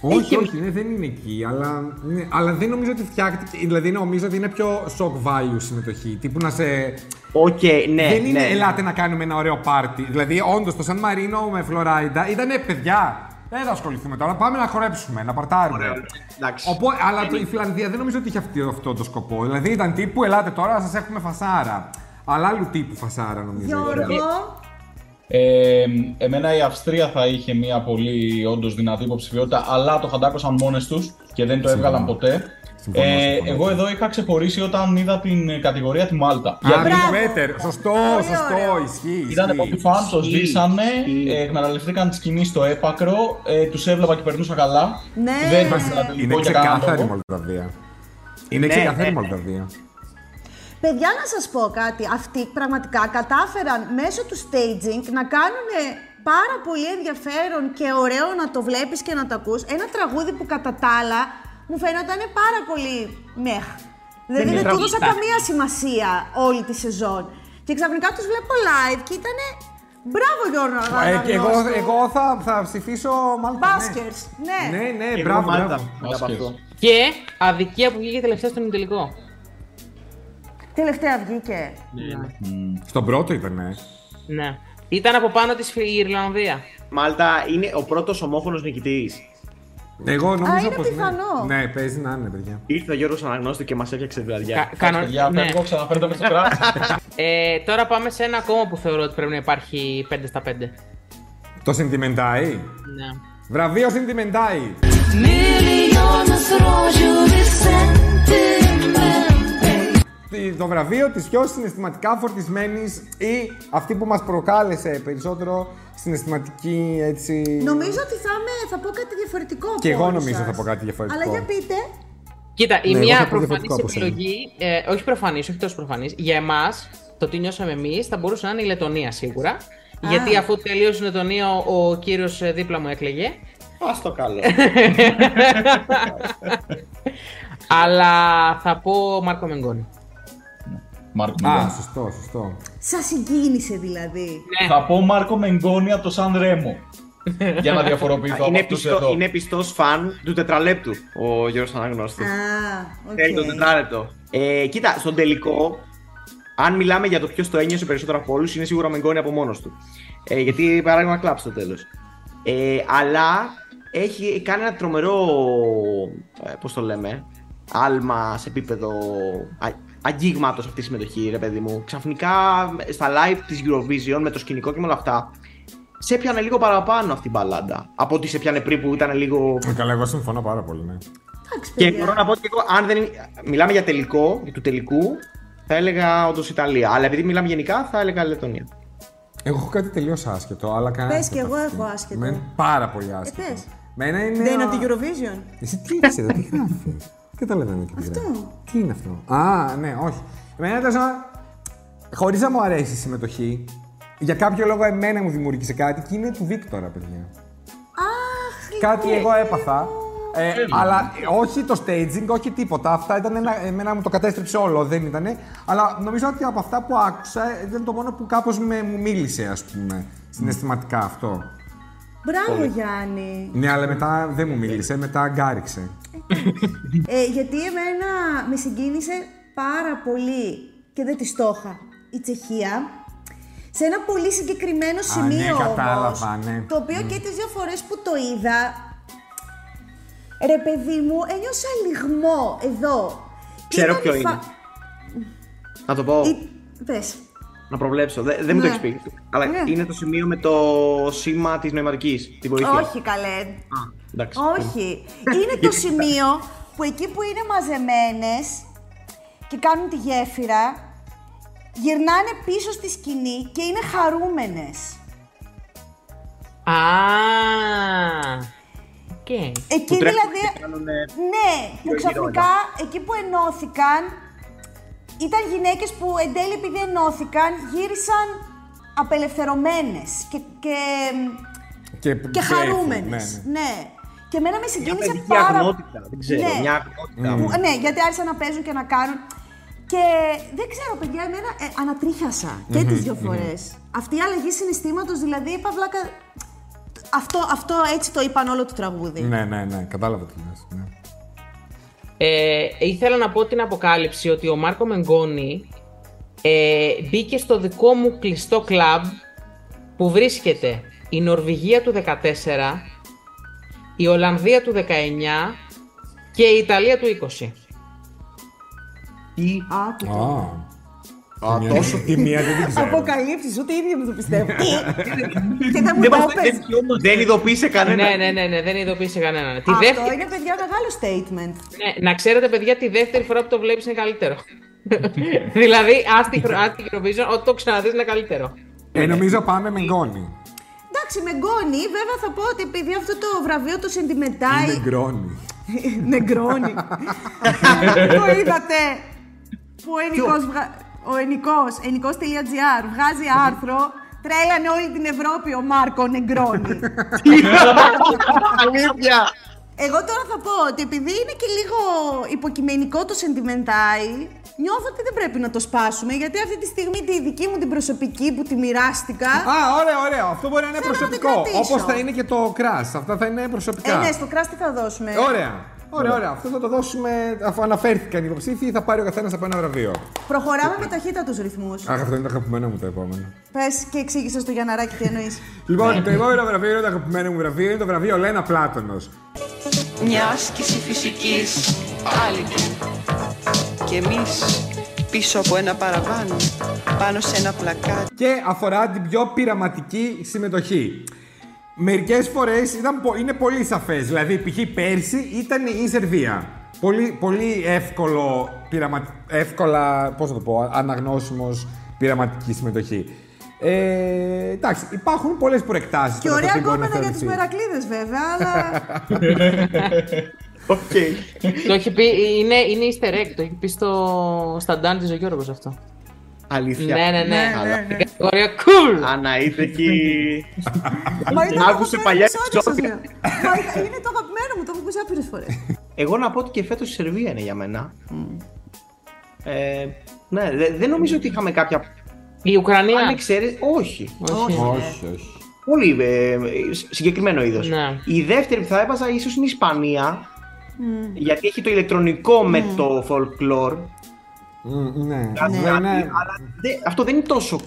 Όχι, Έχει- όχι, ναι, δεν είναι εκεί, αλλά, ναι, αλλά δεν νομίζω ότι φτιάχτηκε. Δηλαδή, νομίζω ότι είναι πιο shock value συμμετοχή. Τύπου να σε. Οκ, Ε, ναι. δεν είναι ναι. ελάτε να κάνουμε ένα ωραίο πάρτι. Δηλαδή, όντως το Σαν Μαρίνο με Φλωράιντα ήταν ε, παιδιά. Δεν θα ασχοληθούμε τώρα. Πάμε να χορέψουμε, να παρτάρουμε. Οπό, αλλά το, η Φιλανδία δεν νομίζω ότι είχε αυτή, αυτό το σκοπό. Δηλαδή, ήταν τύπου ελάτε τώρα, σας έχουμε φασάρα. Αλλά άλλου τύπου φασάρα νομίζω. Γιώργο, Ε, εμένα η Αυστρία θα είχε μια πολύ όντως δυνατή υποψηφιότητα, αλλά το χαντάκωσαν μόνες τους και δεν το έβγαλαν ποτέ. Συμφωνώ, Ε, συμφωνώ. εγώ εδώ είχα ξεχωρίσει όταν είδα την ε, κατηγορία τη Μάλτα. Ε, Α, Better. Σωστό, σωστό, ωραίο. ισχύει. Ήταν ισχύει. πολύ φαν, το Ισχύει. σβήσανε, ε, εκμεταλλευτήκαν τη σκηνή στο έπακρο, ε, τους έβλεπα και περνούσα καλά. Ναι. Δεν ήμασταν τελικό Είναι για κανέναν ξεκάθαρη η λόγο. Μολδαβία. Είναι Ναι, ξεκάθαρη η ναι. Μολδαβία. Παιδιά, να σας πω κάτι. Αυτοί πραγματικά κατάφεραν μέσω του staging να κάνουν πάρα πολύ ενδιαφέρον και ωραίο να το βλέπεις και να το ακούς. Ένα τραγούδι που κατά τα άλλα μου φαίνονταν πάρα πολύ μεχ. Δηλαδή είναι δεν του έδωσα τραγουδιστά. καμία σημασία όλη τη σεζόν. Και ξαφνικά τους βλέπω live και ήταν. Μπράβο Γιώργο Ε, και εγώ, Αγαναγνώστου. εγώ θα, θα ψηφίσω Μάλτα. ναι. Baskers, ναι. Ναι, ναι, Και μπράβο, εγώ Ε, Μάλτα, μπράβο. μετά από αυτό. Και αδικία που βγήκε τελευταία στον τελικό. Τελευταία βγήκε. Στον πρώτο ήταν, ναι. Ναι. Ήταν από πάνω της η Ιρλανδία. Μάλτα είναι ο πρώτος ομόφωνος νικητής. Εγώ Α, νομίζω είναι πως ναι. πιθανό. Ναι, παίζει να είναι, παιδιά. Ήρθε ο Γιώργος Αναγνώστου και μας έφτιαξε βραδιά. Κα- κανο- Για ναι. πέτω, ξαναφέρτε με στο κράτος. Ε, τώρα πάμε σε ένα ακόμα που θεωρώ ότι πρέπει να υπάρχει 5 στα Ναι. 5. Ναι. Το Sentimentai. Βραβείο Sentimentai. Τι- Το βραβείο της πιο συναισθηματικά φορτισμένης ή αυτή που μας προκάλεσε περισσότερο συναισθηματική έτσι... Νομίζω ότι θα, είμαι, θα πω κάτι διαφορετικό. από Και εγώ όλους νομίζω σας. θα πω κάτι διαφορετικό. Αλλά για πείτε. Κοίτα, η Ναι, εγώ θα μία πω προφανής διαφορετικό από σένα. επιλογή, ε, όχι προφανής, όχι τόσο προφανής, για εμάς, το τι νιώσαμε εμείς θα μπορούσε να είναι η Λετωνία σίγουρα. Γιατί αφού τελείωσε η Λετωνία, ο, ο κύριο δίπλα μου έκλαιγε. Ας το καλό. Αλλά θα πω Μάρκο Μενγκόνη. Μάρκο Α, Μενγκόνη. σωστό, σωστό. Σας συγκίνησε δηλαδή. Ναι. Θα πω Μάρκο Μενγκόνη από το Σαν Ρέμο. Για να διαφοροποιηθώ από είναι, αυτούς πιστό, εδώ. είναι πιστός φαν του τετραλέπτου ο Γιώργος Αναγνώστης. Α, οκ. Θέλει το τετράλεπτο. Ε, κοίτα, στον τελικό, αν μιλάμε για το ποιος το ένιωσε περισσότερο από όλους, είναι σίγουρα ο Μενγκόνη από μόνος του. Ε, γιατί παράδειγμα κλάψει στο τέλος. Ε, αλλά έχει κάνει ένα τρομερό. Ε, Πώς το λέμε, άλμα σε επίπεδο αγγίγματο αυτή η συμμετοχή, ρε παιδί μου. Ξαφνικά ε, στα live της Eurovision με το σκηνικό και με όλα αυτά. Σε έπιανε λίγο παραπάνω αυτή η μπαλάντα από ό,τι σε πιάνε πριν που ήταν λίγο Ε, Καλά, εγώ συμφωνώ πάρα πολύ, ναι. Εντάξει, και παιδιά. μπορώ να πω ότι εγώ, αν δεν. Μιλάμε για τελικό, του τελικού, θα έλεγα όντως Ιταλία. Αλλά επειδή μιλάμε γενικά, θα έλεγα Λετωνία. Εγώ έχω κάτι τελείως άσχετο, αλλά κανένα. Πες κι εγώ έχω άσχετο. Ε, Με πάρα πολύ άσχετο. πες. Μένα είναι. Δεν είναι α- από την Eurovision. Εσύ τι είσαι εδώ, τι γράφεις. Καταλαβαίνω και τι Αυτό. γράφει. Τι είναι αυτό. Α, ναι, όχι. Εμένα ήταν σαν. Χωρίς να μου αρέσει η συμμετοχή, για κάποιο λόγο εμένα μου δημιούργησε κάτι και είναι του Βίκτορα, παιδιά. Αχ, Κάτι ναι. εγώ έπαθα. Ε, αλλά όχι το staging, όχι τίποτα. Αυτά ήταν ένα, εμένα μου το κατέστρεψε όλο, δεν ήτανε. Αλλά νομίζω ότι από αυτά που άκουσα ήταν το μόνο που κάπως με, μου μίλησε, ας πούμε, συναισθηματικά αυτό. Μπράβο, Γιάννη. Ναι, αλλά μετά δεν μου μίλησε, μετά αγκάριξε. Ε, γιατί εμένα με συγκίνησε πάρα πολύ και δεν της στόχα η Τσεχία σε ένα πολύ συγκεκριμένο σημείο ναι, κατάλαβα, όμως, ναι. το οποίο και τις δύο φορές που το είδα ρε παιδί μου ένιωσα λιγμό εδώ Και Ξέρω ήταν ποιο η είναι. Να το πω, Η... Πες. να προβλέψω. Δεν, δεν μου το Ε, Ναι. έχεις πει. Αλλά Ναι. είναι το σημείο με το σήμα της νοηματικής. Τη βοήθεια. Όχι καλέ, Α, εντάξει. Όχι. Ε, είναι το σημείο που εκεί που είναι μαζεμένες και κάνουν τη γέφυρα, γυρνάνε πίσω στη σκηνή και είναι χαρούμενες. Α. Οκ. Εκεί τρέχουν δηλαδή, και ε, κάνουνε ναι, που γύρω-γύρω ξαφνικά εκεί που ενώθηκαν, ήταν γυναίκες που εν τέλει επειδή ενώθηκαν, γύρισαν απελευθερωμένες και, και, Και, και playful, χαρούμενες. ναι, Ναι, Και μένα με συγκίνησε παιδική πάρα αγνότητα, δεν ξέρω, Ναι. μια αγνότητα. Που- ναι, γιατί άρχισαν να παίζουν και να κάνουν. Και δεν ξέρω, παιδιά, εμένα ε, ανατρίχιασα και τις δύο φορές. Αυτή η αλλαγή συναισθήματος, δηλαδή, είπα βλάκα... Αυτό, αυτό έτσι το είπαν όλο το τραγούδι. ναι. Ναι, ναι, ναι, κατάλαβα τι λες. Ναι. Ε, ήθελα να πω την αποκάλυψη ότι ο Μάρκο Μενγκόνη ε, μπήκε στο δικό μου κλειστό κλαμπ που βρίσκεται η Νορβηγία του 14, η Ολλανδία του 19 και η Ιταλία του 20. Τι Άκου το. Α, τη μία- τη μία δεν την ξέρω. Αποκαλύψεις, ούτε η ίδια μου το πιστεύω. Τι? και δεν μου Δεν το μας- πες. δεν- Δεν ειδοποίησε κανένα. ναι, ναι, ναι, ναι, δεν ειδοποίησε κανέναν. Τη Ε, Αυτό δεύτερη, είναι, παιδιά, μεγάλο statement. ναι, να ξέρετε, παιδιά, τη δεύτερη φορά που το βλέπεις είναι καλύτερο. [laughs] δηλαδή, ας την χρο- ας την Eurovision, ό,τι το ξαναδείς είναι [laughs] καλύτερο. Ε, νομίζω πάμε με γκόνη. Εντάξει, με γκώνει. Βέβαια θα πω ότι επειδή αυτό το βραβείο το Είναι sentimentai γκρόνη. [laughs] [laughs] Νεγκρόνι. το είδατε. Που ο Ενικός, βγα- ο Ενικός, ενικός.gr βγάζει άρθρο Τρέλανε όλη την Ευρώπη ο Μάρκο Νεγκρόνι. Αλήθεια! Εγώ τώρα θα πω ότι επειδή είναι και λίγο υποκειμενικό το sentimentai, νιώθω ότι δεν πρέπει να το σπάσουμε, γιατί αυτή τη στιγμή τη δική μου την προσωπική που τη μοιράστηκα. Α, ωραίο, ωραίο. Αυτό μπορεί να είναι Θέλω να την προσωπικό. κρατήσω. Όπως θα είναι και το κρασ. Αυτά θα είναι προσωπικά. Ε, ναι, στο κράστη θα δώσουμε. Ωραία. Ωραία, ωραία. Αυτό θα το δώσουμε. Αφού αναφέρθηκαν οι υποψήφοι, θα πάρει ο καθένας από ένα βραβείο. Προχωράμε με ταχύτατους ρυθμούς. Αχ, αυτό είναι το αγαπημένο μου το επόμενο. Πες και εξήγησες στο Γιανναράκι τι εννοείς. Ναι. Λοιπόν, το επόμενο βραβείο είναι το αγαπημένο μου βραβείο. Είναι το βραβείο Λένα Πλάτωνος. Μια άσκηση φυσικής άλλη Και εμείς πίσω από ένα παραβάν Πάνω σε ένα πλακάτι Και αφορά την πιο πειραματική συμμετοχή. Μερικές φορές είναι πολύ σαφές. Δηλαδή, π.χ. πέρσι ήταν η Σερβία. Πολύ, πολύ εύκολο, πειραμα... εύκολα, πώς θα το πω, αναγνώσιμος πειραματική συμμετοχή. Ε, εντάξει, υπάρχουν πολλές προεκτάσεις. Και κατά το ωραία τι μπορεί να κόμματα για τους θεωρηθεί. μερακλείδες βέβαια, [laughs] αλλά το έχει πει, είναι, είναι easter egg, το έχει πει στο, στα Ντάντζη ο Γιώργος αυτό. Αλήθεια. Ναι, ναι, ναι. Αλλά- Ναι, ναι, ναι. Ωραία, cool! Αναήθηκε. Μα ήταν το Άκουσε παλιά επεισόδιο σας επεισόδια. λέω. Μα είναι το αγαπημένο μου, το έχω ακούσει άπειρες φορές. Εγώ να πω ότι και φέτος η Σερβία είναι για μένα. Ε, ναι, δε- δεν νομίζω ότι είχαμε κάποια. Η Ουκρανία. Αν εξαιρε- όχι. Όχι, όχι. Πολύ ε, συγκεκριμένο είδος. Ναι. Η δεύτερη που θα έβαζα ίσως είναι η Ισπανία. Γιατί έχει το ηλεκτρονικό με Μμμ. το folklore. Ναι, Κάτι- ναι, κάτι, ναι. αλλά δε- αυτό δεν είναι τόσο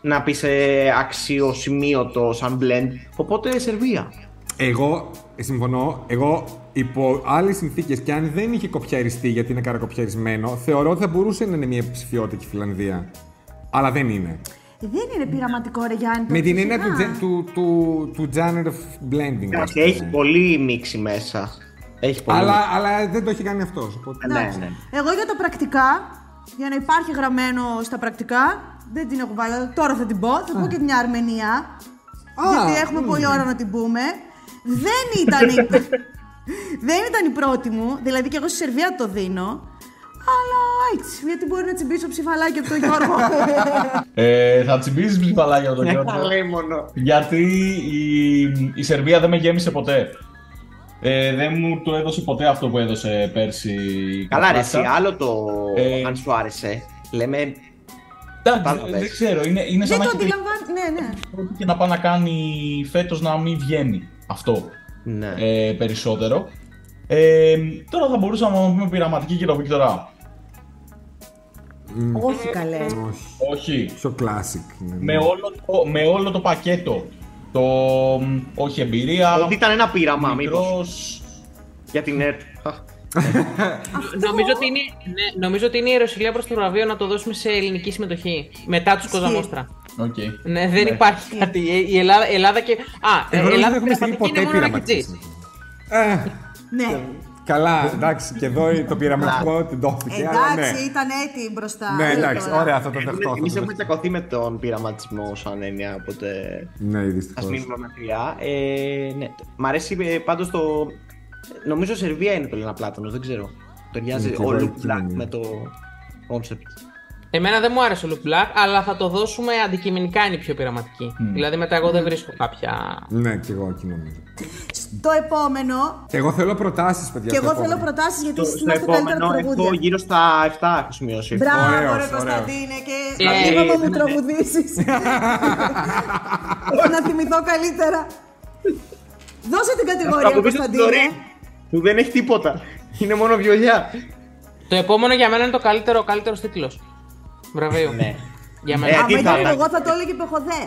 να πεις ε, αξιοσημείωτο σαν blend. Οπότε Σερβία. Εγώ ε, συμφωνώ. Εγώ υπό άλλες συνθήκες και αν δεν είχε κοπιαριστεί γιατί είναι καρακοπιαρισμένο, θεωρώ ότι θα μπορούσε να είναι μια ψηφιότητα η Φιλανδία. Αλλά δεν είναι. Δεν είναι πειραματικό ρε Γιάννη. το Με την έννοια του, φυσικά. gen- του, του, του genre of blending. ας Και πούμε. έχει πολύ μίξη μέσα. Έχει πολύ Αλλά, μίξη. αλλά δεν το έχει κάνει αυτός. Ναι, ναι. Εγώ για τα πρακτικά, για να υπάρχει γραμμένο στα πρακτικά, δεν την έχω βάλει, αλλά τώρα θα την πω. Θα πω και μια Αρμενία. Α, γιατί έχουμε μμ. πολλή ώρα να την πούμε. Δεν ήταν, η... [laughs] δεν ήταν η πρώτη μου, δηλαδή και εγώ στη Σερβία το δίνω. Αλλά έτσι, γιατί μπορεί να τσιμπήσω ψηφαλάκι από τον Γιώργο. [laughs] Ε, θα τσιμπήσεις ψηφαλάκια τον Ναι, Γιώργο. τα λέει μόνο. Γιατί η, η Σερβία δεν με γέμισε ποτέ. Ε, δεν μου το έδωσε ποτέ αυτό που έδωσε πέρσι. η Καλά, ρε, εσύ, Κροατία. άλλο το αν σου άρεσε. Λέμε. Εντάξει, δεν- δεν ξέρω, είναι, είναι σαν δεν να το έχει τελειώσει αντιλαμβάνω. Ναι, ναι. και να πάει να κάνει φέτος να μην βγαίνει αυτό ναι. ε, περισσότερο. Ε, τώρα θα μπορούσαμε να πούμε πειραματική και το Βίκτορα. Όχι καλέ. Όχι. Πιο classic. ναι. Με όλο, το, με όλο το πακέτο. Το μ, όχι εμπειρία. Ότι ήταν ένα πείραμα, μικρός... Για την ΕΡΤ. Νομίζω ότι, είναι, ναι, νομίζω ότι είναι η αεροσυλία προς το βραβείο να το δώσουμε σε ελληνική συμμετοχή. Μετά τους Κοζαμόστρα. Okay. Ναι, δεν υπάρχει κάτι. Η- Η Ελλάδα, Ελλάδα και. Α, Εγώ νομίζω ε, δεν Ελλάδα έχουμε στείλει πραγματική ποτέ είναι μόνο πειραματική ρακιτζής. ναι. Καλά, εντάξει, και εδώ το πειραματικό την τόθηκε. αλλά ναι. Εντάξει, ήταν έτοιμη μπροστά. Ναι, Έλα εντάξει, τώρα. ωραία, θα το δεχτώ. θα Εμεί το έχουμε τσακωθεί με τον πειραματισμό σαν έννοια, οπότε. Ναι, Α δυστυχώ. μείνουμε μακριά. Ε, ναι. Μ' αρέσει πάντως το. Νομίζω Σερβία είναι το Λένα Πλάτανο, δεν ξέρω. Ταιριάζει Ναι, και ο εγώ Λουκ εκεί Μπλακ νομίζω. με το concept. Εμένα δεν μου άρεσε ο Λουκ Black, αλλά θα το δώσουμε αντικειμενικά είναι η πιο πειραματική. Δηλαδή μετά εγώ δεν βρίσκω κάποια. Ναι, και εγώ εκεί νομίζω. Το επόμενο. Εγώ θέλω προτάσεις, παιδιά. και στο εγώ θέλω επόμενο. προτάσεις γιατί εσείς Στο είμαστε καλύτερα επόμενο έχω τραγούδια. γύρω στα 7 έχω σημειώσει. Μπράβο, ρε Κωνσταντίνε, και Ε, θα πήγα ε, να μου τραγουδήσεις. Να θυμηθώ καλύτερα. Δώσε την κατηγορία, τραγουδήσω την Κωνσταντίνε. Ντορί. Που δεν έχει τίποτα. Είναι μόνο βιολιά. Το επόμενο για μένα είναι το καλύτερο, ο καλύτερος τίτλος. Βραβείο. Ναι. Για μένα. Άμα ήταν εγώ θα το έλεγε πεχοδέ.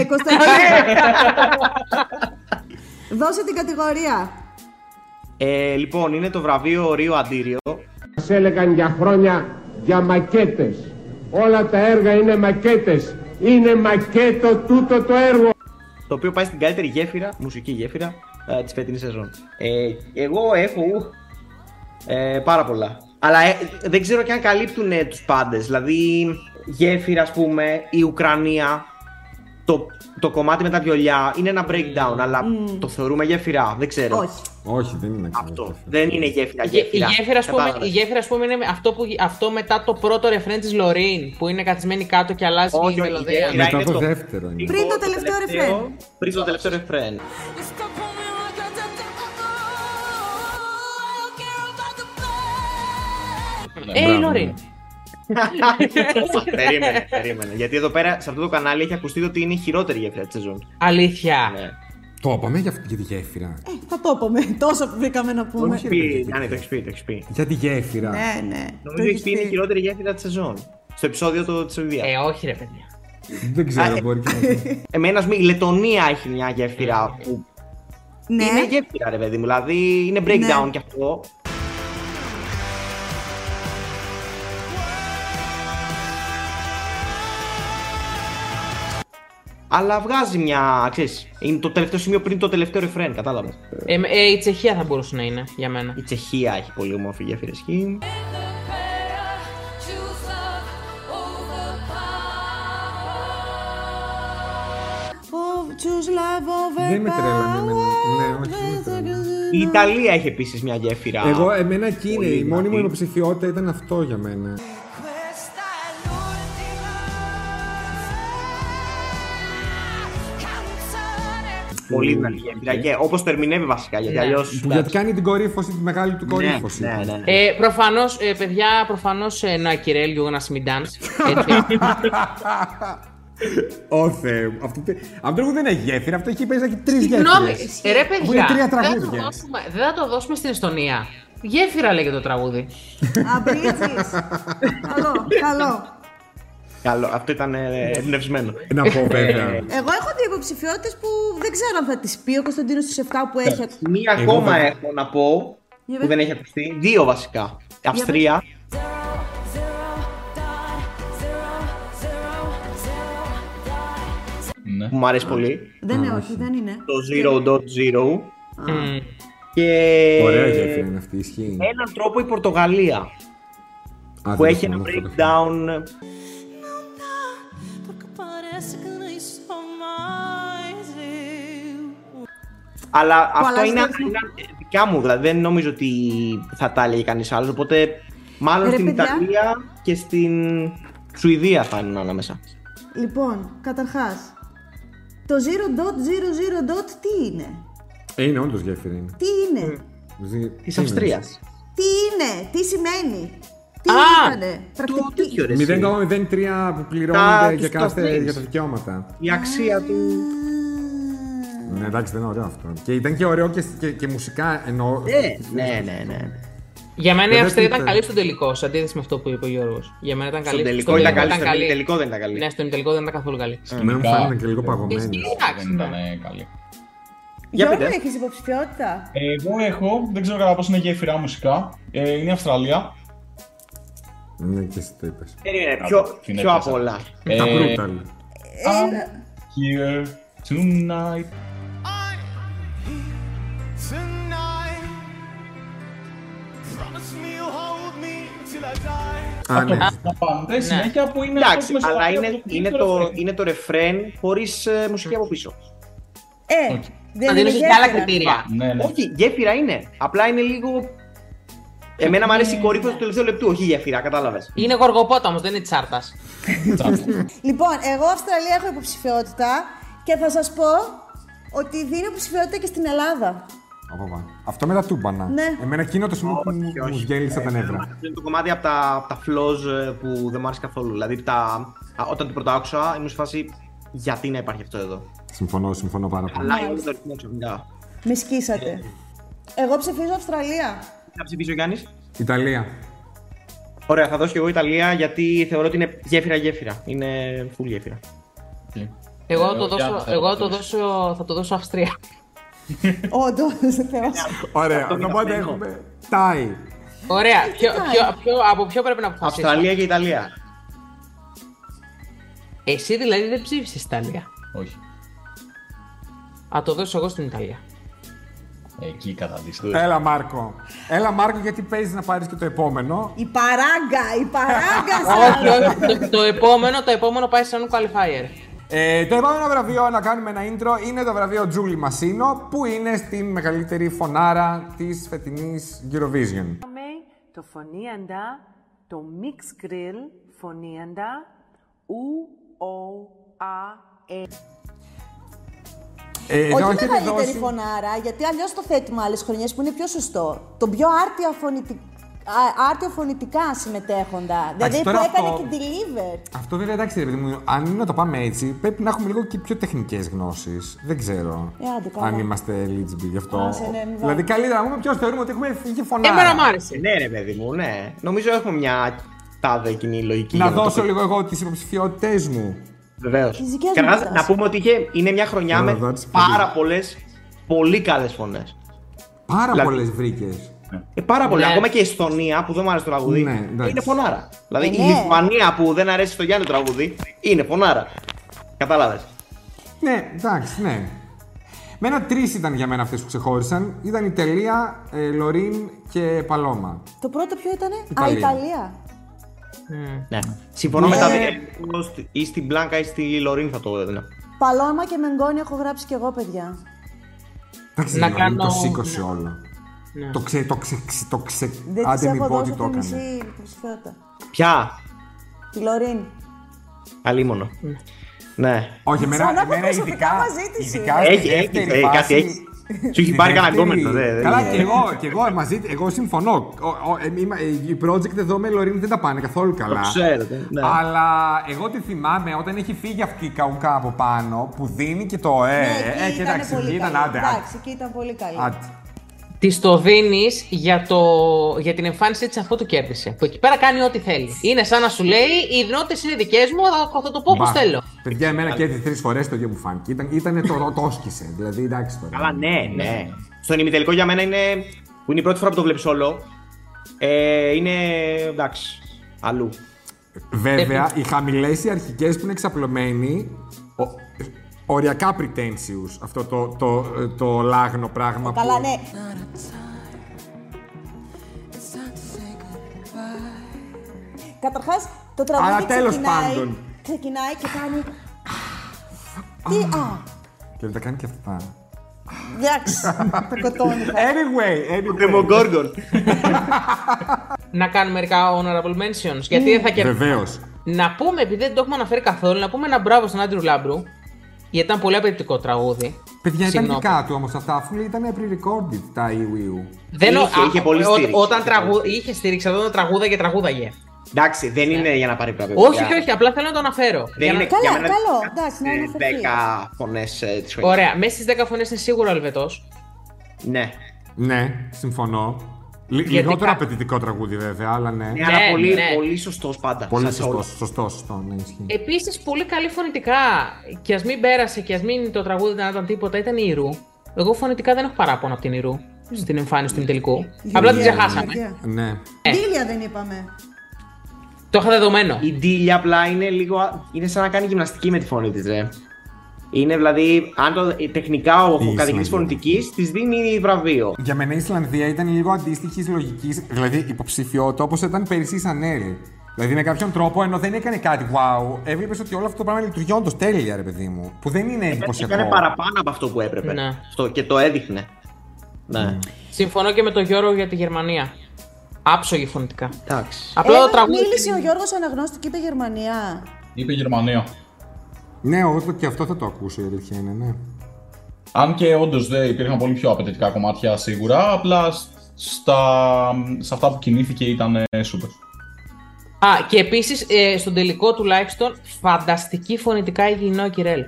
Ε, Κωνσταντίνε. Δώσε την κατηγορία. Ε, λοιπόν, είναι το βραβείο Ρίο Αντίριο. Μας έλεγαν για χρόνια για μακέτες. Όλα τα έργα είναι μακέτες. Είναι μακέτο τούτο το έργο. Το οποίο πάει στην καλύτερη γέφυρα, μουσική γέφυρα ε, της φετινής σεζόν. Ε, εγώ έχω ου, ε, πάρα πολλά. Αλλά ε, δεν ξέρω και αν καλύπτουν τους πάντες. Δηλαδή, γέφυρα, ας πούμε, η Ουκρανία, το, το κομμάτι με τα βιολιά είναι ένα breakdown, αλλά το θεωρούμε γέφυρα. Δεν ξέρω. Όχι. [laughs] Όχι, δεν είναι Αυτό. Δεν είναι γέφυρα. Η, η γέφυρα. γέφυρα, ας πούμε, η Κατάλαβες. γέφυρα, ας πούμε, είναι αυτό, που, αυτό μετά το πρώτο ρεφρέν της Λωρίν που είναι καθισμένη κάτω και αλλάζει η μελωδία. Ναι. γέφυρα είναι το- Πριν το τελευταίο ρεφρέν. Πριν το τελευταίο [laughs] ρεφρέν. Ε, η Λωρίν. περίμενε, περίμενε. Γιατί εδώ πέρα, σε αυτό το κανάλι, έχει ακουστεί ότι είναι η χειρότερη γέφυρα τη σεζόν. Αλήθεια. Ναι. Το είπαμε για αυτή τη γέφυρα. Θα το πούμε. Τόσα που βρήκαμε να Το πούμε. έχεις πει, Γιάννη, ναι, το έχεις πει. Το έχεις πει. Για τη γέφυρα. Ναι, ναι. Το Νομίζω ότι έχεις αυτή είναι η πει. χειρότερη γέφυρα της σεζόν. Στο επεισόδιο το, της Σουηδίας. Ε, όχι ρε παιδιά. Δεν ξέρω, μπορεί και να [laughs] Εμένα, ας μην- η Λετωνία έχει μια γέφυρα Ε, που Ναι. είναι γέφυρα ρε παιδί μου, δηλαδή είναι breakdown Ναι. κι αυτό. Αλλά βγάζει μια, ξέρεις, είναι το τελευταίο σημείο πριν το τελευταίο ρεφρέν, κατάλαβες. Ε, ε, η Τσεχία θα μπορούσε να είναι για μένα. Η Τσεχία έχει πολύ όμορφη γέφυρα σκηνή. Ναι. Oh, choose love over Δεν με τρέλανε εμένα. Ναι, όχι. ναι. Η Ιταλία έχει επίσης μια γέφυρα. Εγώ, εμένα εκεί είναι. Πολύ Η μόνη μου δυνατή. υποψηφιότητα ήταν αυτό για μένα. Πολύ δυνατή γέφυρα και όπως το ερμηνεύει βασικά, γιατί Ναι. αλλιώς... Που γιατί κάνει την κορύφωση, τη μεγάλη του Ναι, κορύφωση. ναι, ναι, ναι. Ε, προφανώς, ε, παιδιά, προφανώς ε, να κυρέλ, you gonna see me [laughs] dance. Έτσι. Ω Θεέ μου. Αυτό, τε- αυτό το τραγούδι δεν έχει γέφυρα, αυτό έχει παίζει τρει γέφυρε. Συγγνώμη, ε, ρε παιδιά, Είναι τρία δεν θα, το τραγούδια. δώσουμε, δεν θα το δώσουμε στην Εστονία. Γέφυρα λέγεται το τραγούδι. Αμπρίτσις. Καλό, καλό. Καλό, αυτό ήταν ε, εμπνευσμένο. Να πω βέβαια. Εγώ έχω δύο υποψηφιότητες που δεν ξέρω αν θα τις πει ο Κωνσταντίνος στου 7 που έχει. Μία Εγώ ακόμα θα- έχω να πω Για που πες. δεν έχει ακουστεί. Δύο βασικά. Αυστρία. Που μου αρέσει πολύ. Δεν είναι, όχι, δεν είναι. Το 0.0. Και. Ωραία γέφυρα είναι αυτή, ισχύει. Με έναν τρόπο η Πορτογαλία. Α, που δεν έχει το ένα θυμόμουν αυτό το breakdown. Parece que não sou mais eu. Αλλά αυτό αλλάζει είναι ρυθμό. είναι δικά μου. Δηλαδή δεν νομίζω ότι θα τα έλεγε κανείς άλλος. Οπότε μάλλον Ρε, στην παιδιά. Ιταλία και στην Σουηδία θα είναι ανάμεσα. Λοιπόν, καταρχάς. Το 0.00 dot τι είναι. Ε, είναι όντως γέφυρα. Είναι. Τι Ε. είναι. Τη Αυστρίας. Τι είναι. Τι σημαίνει. Τι Α, ήτανε. Πρακτική. 0,03 που Τα- πληρώνονται για τους κάθε τοплинς. για τα δικαιώματα. Η αξία του. Ναι, εντάξει, δεν είναι ωραίο αυτό. Και ήταν και ωραίο και, και, και μουσικά εννοώ. Ε. ναι, ναι, ναι. Για μένα η Βέβαια, Αυστρία ήταν ήταν. καλή στον τελικό, σε αντίθεση με αυτό που είπε ο Γιώργος. Για μένα ήταν καλή. Στον τελικό ήταν καλή, στον καλή. τελικό δεν ήταν καλή. Ναι, στον τελικό δεν ήταν καθόλου καλή. Εμένα μου φάνηκαν και λίγο παγωμένες. Εντάξει, ναι. καλή. Γιώργο, έχεις υποψηφιότητα. Εγώ έχω, δεν ξέρω κατά πόσο είναι γέφυρα μουσικά. Ε, είναι η Αυστραλία. Ναι, και εσύ το είπες. Περίμενε, πιο, την πιο απ' έπιασα. όλα. Ε, Τα brutal. Ε, ναι. Here tonight. Tonight, promise me you'll hold me till I die. Α, ναι. Πάντα συνέχεια που είναι Εντάξει, αυτό που αλλά μας είναι, πάει είναι, το το, ρεφρέν. είναι το ρεφρέν χωρίς μουσική από πίσω. Ε, δεν είναι δίνεις και άλλα γέφυρα. κριτήρια. Ναι, ναι. Όχι, γέφυρα είναι. Απλά είναι λίγο. Εμένα μου αρέσει η κορύφωση του τελευταίου λεπτού, όχι η γέφυρα, κατάλαβες. Είναι γοργοπόταμος, δεν είναι τσάρτας. Λοιπόν, εγώ Αυστραλία έχω υποψηφιότητα και θα σας πω ότι δίνω υποψηφιότητα και στην Ελλάδα. Από πάνω. Αυτό με τα τούμπανα. Ναι. Εμένα εκείνο το σημείο που μου- μου γέλισε τα νεύρα. Αυτό είναι το κομμάτι από τα, από τα flows ε, που δεν μου άρεσε καθόλου. Δηλαδή, τα, α, όταν την πρώτα άκουσα, ήμουν σε φάση γιατί να υπάρχει αυτό εδώ. Συμφωνώ, συμφωνώ πάρα πολύ. Αλλά είναι το ρυθμό ξαφνικά. Με σκίσατε. Εγώ ψηφίζω Αυστραλία. Τι Θα ψηφίσει ο Γιάννης. Ιταλία. Ωραία, θα δώσω και εγώ Ιταλία γιατί θεωρώ ότι είναι γέφυρα-γέφυρα. Είναι full γέφυρα. Εγώ, Ε, ο το Γιάννης δώσω, θα εγώ το το δώσω, θα το δώσω Αυστρία. Όντως, [laughs] θεός. Ωραία, Αυτό είναι οπότε αυτό. έχουμε. Τάι. Ωραία. Ποιο, ποιο, ποιο, από ποιο πρέπει να αποφασίσω. Αυστραλία και Ιταλία. Εσύ δηλαδή δεν ψήφισες Ιταλία. Όχι. Α, το δώσω εγώ στην Ιταλία. Εκεί καταλήξτε. Έλα, Μάρκο. Έλα, Μάρκο, γιατί παίζεις να πάρεις και το επόμενο. Η παράγκα, η [laughs] παράγκα όχι, σας. όχι. Το, το επόμενο, το επόμενο πάει σαν qualifier. Ε, το επόμενο βραβείο να κάνουμε ένα intro είναι το βραβείο Τζούλι Μασίνο που είναι στην μεγαλύτερη φωνάρα της φετινής Eurovision. Πάμε το φωνήεντα, το mix grill φωνήεντα, ου, ο, α, ε. Ε, εδώ Όχι έχετε μεγαλύτερη δώσει- φωνάρα, γιατί αλλιώς το θέτουμε άλλες χρονιές που είναι πιο σωστό. Το πιο άρτια φωνητική. α- άρτια φωνητικά συμμετέχοντα. Δηλαδή που τώρα έκανε αυτό- και deliver. Αυτό βέβαια εντάξει, ρε παιδί μου, αν είναι να το πάμε έτσι, πρέπει να έχουμε λίγο και πιο τεχνικές γνώσεις. Δεν ξέρω. Ε, άντε καλά. αν είμαστε eligible γι' αυτό. Άσε, ναι, μην δηλαδή, βάλουμε. καλύτερα να πούμε ποιος θεωρούμε ότι έχουμε φύγει φωνά. Ε, άρεσε. Ναι, ρε παιδί μου, ναι. Νομίζω έχουμε μια τάδε κοινή λογική. Να για το δώσω πω. λίγο εγώ τις υποψηφιότητές μου. Βεβαίως. Τις δικές μου Καταρχά, προτάσεις. να πούμε ότι είχε, είναι μια χρονιά Ωραία, με δώτη, πάρα πολλές πολύ καλές φωνές. Πάρα Δηλαδή- πολλές βρήκες. Ε, πάρα πολλέ. Ναι. Ακόμα και η Εστονία που δεν μου αρέσει το τραγουδί Ναι, εντάξει. είναι φωνάρα. Δηλαδή Ε, η ναι. Λιθουανία που δεν αρέσει στο Γιάννη το τραγουδί είναι φωνάρα. Κατάλαβες. Ναι, εντάξει, ναι. Μένα τρεις ήταν για μένα αυτές που ξεχώρισαν. Ήταν η Τελεία, ε, Λωρίν και Παλώμα. Το πρώτο ποιο ήτανε. Α, Ιταλία. Ιταλία. Ναι. Συμφωνώ Ναι. με τα δύο. Στη- Ή στην Μπλάνκα ή στη Λωρίν θα το έδινα. Παλώμα και Μενγκόνη έχω γράψει κι εγώ, παιδιά. Εντάξει, Να να κάνω... το κάνω- σήκωσε όλο. Ναι. Το ξε, το ξε, ξε- το ξε... Δεν της Άντε μην έχω πω ότι δώσει το τη έκανε. μισή υποψηφιότητα. Ποια? Τη Λωρίν. Αλίμονο. Ναι. Όχι, Σαν να εμένα, έχω εμένα προσωπικά ειδικά. μαζί της ειδικά είναι. στη Έχει- δεύτερη έχει- έχει- φάση- κάτι έχει. Σου έχει στη πάρει κανένα δεύτερη- κόμμεντο, δε- δεν Καλά, είναι. και εγώ, και εγώ μαζί, εγώ συμφωνώ. Ο- ο- ε, είμαι- ε, Οι project εδώ με Λωρίν δεν τα πάνε καθόλου καλά. ξέρετε, ναι. Αλλά εγώ τη θυμάμαι όταν έχει φύγει αυτή η καουκά από πάνω που δίνει και το ε. Ναι, εκεί ε, και ήταν εντάξει, πολύ ήταν καλή. άντε. άντε. Εντάξει, εκεί ήταν πολύ καλή. Άντε. Της το δίνεις για, το... για την εμφάνισή της αφού το κέρδισε. Που εκεί πέρα κάνει ό,τι θέλει. Είναι σαν να σου λέει: Οι νότε είναι δικές μου, θα, θα το πω όπως Μπα. θέλω. Παιδιά, εμένα και τρεις φορές το ίδιο μου φάνηκε. Ήταν, ήτανε το, το όσκησε. Δηλαδή, εντάξει τώρα. Καλά, ναι, ναι. Στον ημιτελικό για μένα είναι. που είναι η πρώτη φορά που το βλέπεις όλο. Ε, είναι. εντάξει. Αλλού. Βέβαια, οι χαμηλές οι αρχικές που είναι εξαπλωμένοι. Ο, οριακά pretentious αυτό το, το, το, λάγνο πράγμα. Καλά, που... ναι. Καταρχάς, το τραγούδι Αλλά τέλος ξεκινάει, πάντων. ξεκινάει και κάνει. Τι, α, Και τα κάνει και αυτά. Ναι. [laughs] εντάξει, το κοτώνει. Ε. Anyway, anyway. Demogorgon. Να κάνουμε μερικά honorable mentions. Γιατί Mm. δεν θα κερδίσει. Βεβαίως. Να πούμε, επειδή δεν το έχουμε αναφέρει καθόλου, να πούμε ένα μπράβο στον Άντριου Λάμπρου. Γιατί ήταν πολύ απαιτητικό τραγούδι. Παιδιά, ήταν Συγγνώμη. δικά του όμως αυτά, αφού ήταν pre-recorded τα Ιουίου. Δεν ο- α, ό- Όταν Είχε τραγου... είχε στήριξη, όταν τραγούδα και τραγούδαγε. Εντάξει, δεν είναι για να πάρει πράγματα. Όχι, όχι, όχι, απλά θέλω να το αναφέρω. Δεν Για είναι να... για μένα καλό, εντάξει, να τις αναφερθεί. 10 φωνέ τη χρονιά. Ωραία, μέσα στις 10 φωνές είναι σίγουρα ο Ελβετό. Ναι. Ναι, συμφωνώ. Λι- Γιατί λιγότερο κα- απαιτητικό τραγούδι, βέβαια, αλλά ναι. Ναι, αλλά πολύ, ναι. πολύ σωστός πάντα. Πολύ Σαν σε σωστό, όλα. σωστό, σωστό, ναι, ισχύει. Ε, Επίσης, πολύ καλή φωνητικά. Και ας μην πέρασε και ας μην το τραγούδι να ήταν τίποτα, ήταν η Ιρού. Εγώ φωνητικά δεν έχω παράπονο από την Ιρού Mm. στην εμφάνιση του τελικού. Απλά την ξεχάσαμε. Ναι. Ε. Ντίλια δεν είπαμε. Το είχα δεδομένο. Η Ντίλια απλά είναι λίγο. α- είναι σαν να κάνει γυμναστική με τη φωνή της, ρε. Είναι δηλαδή, αν το, ε, τεχνικά ο Ισλανδία. καθηγητή φωνητικής της δίνει βραβείο. Για μένα η Ισλανδία ήταν λίγο αντίστοιχης λογικής, δηλαδή υποψηφιότητα όπω ήταν πέρυσι η Σανέλ. Δηλαδή με κάποιον τρόπο, ενώ δεν έκανε κάτι wow, έβλεπες ότι όλο αυτό το πράγμα λειτουργεί όντως τέλεια, ρε παιδί μου. Που δεν Ε, είναι εντυπωσιακό. Έκανε παραπάνω από αυτό που έπρεπε. Ναι. Αυτό, και το έδειχνε. Ναι. Συμφωνώ και με τον Γιώργο για τη Γερμανία. Άψογη φωνητικά. Εντάξει. Απλά Έλα, το τραγούδι. Ε, ναι, Μίλησε ο Γιώργος Αναγνώστη και είπε Γερμανία. Είπε Γερμανία. Ναι, εγώ το- και αυτό θα το ακούσω, η αλήθεια είναι, ναι. Αν και όντως δεν υπήρχαν πολύ πιο απαιτητικά κομμάτια σίγουρα, απλά σ- στα, σε αυτά που κινήθηκε ήταν ε, super. Α, και επίσης στον τελικό τουλάχιστον φανταστική φωνητικά η Γινό Κιρέλ.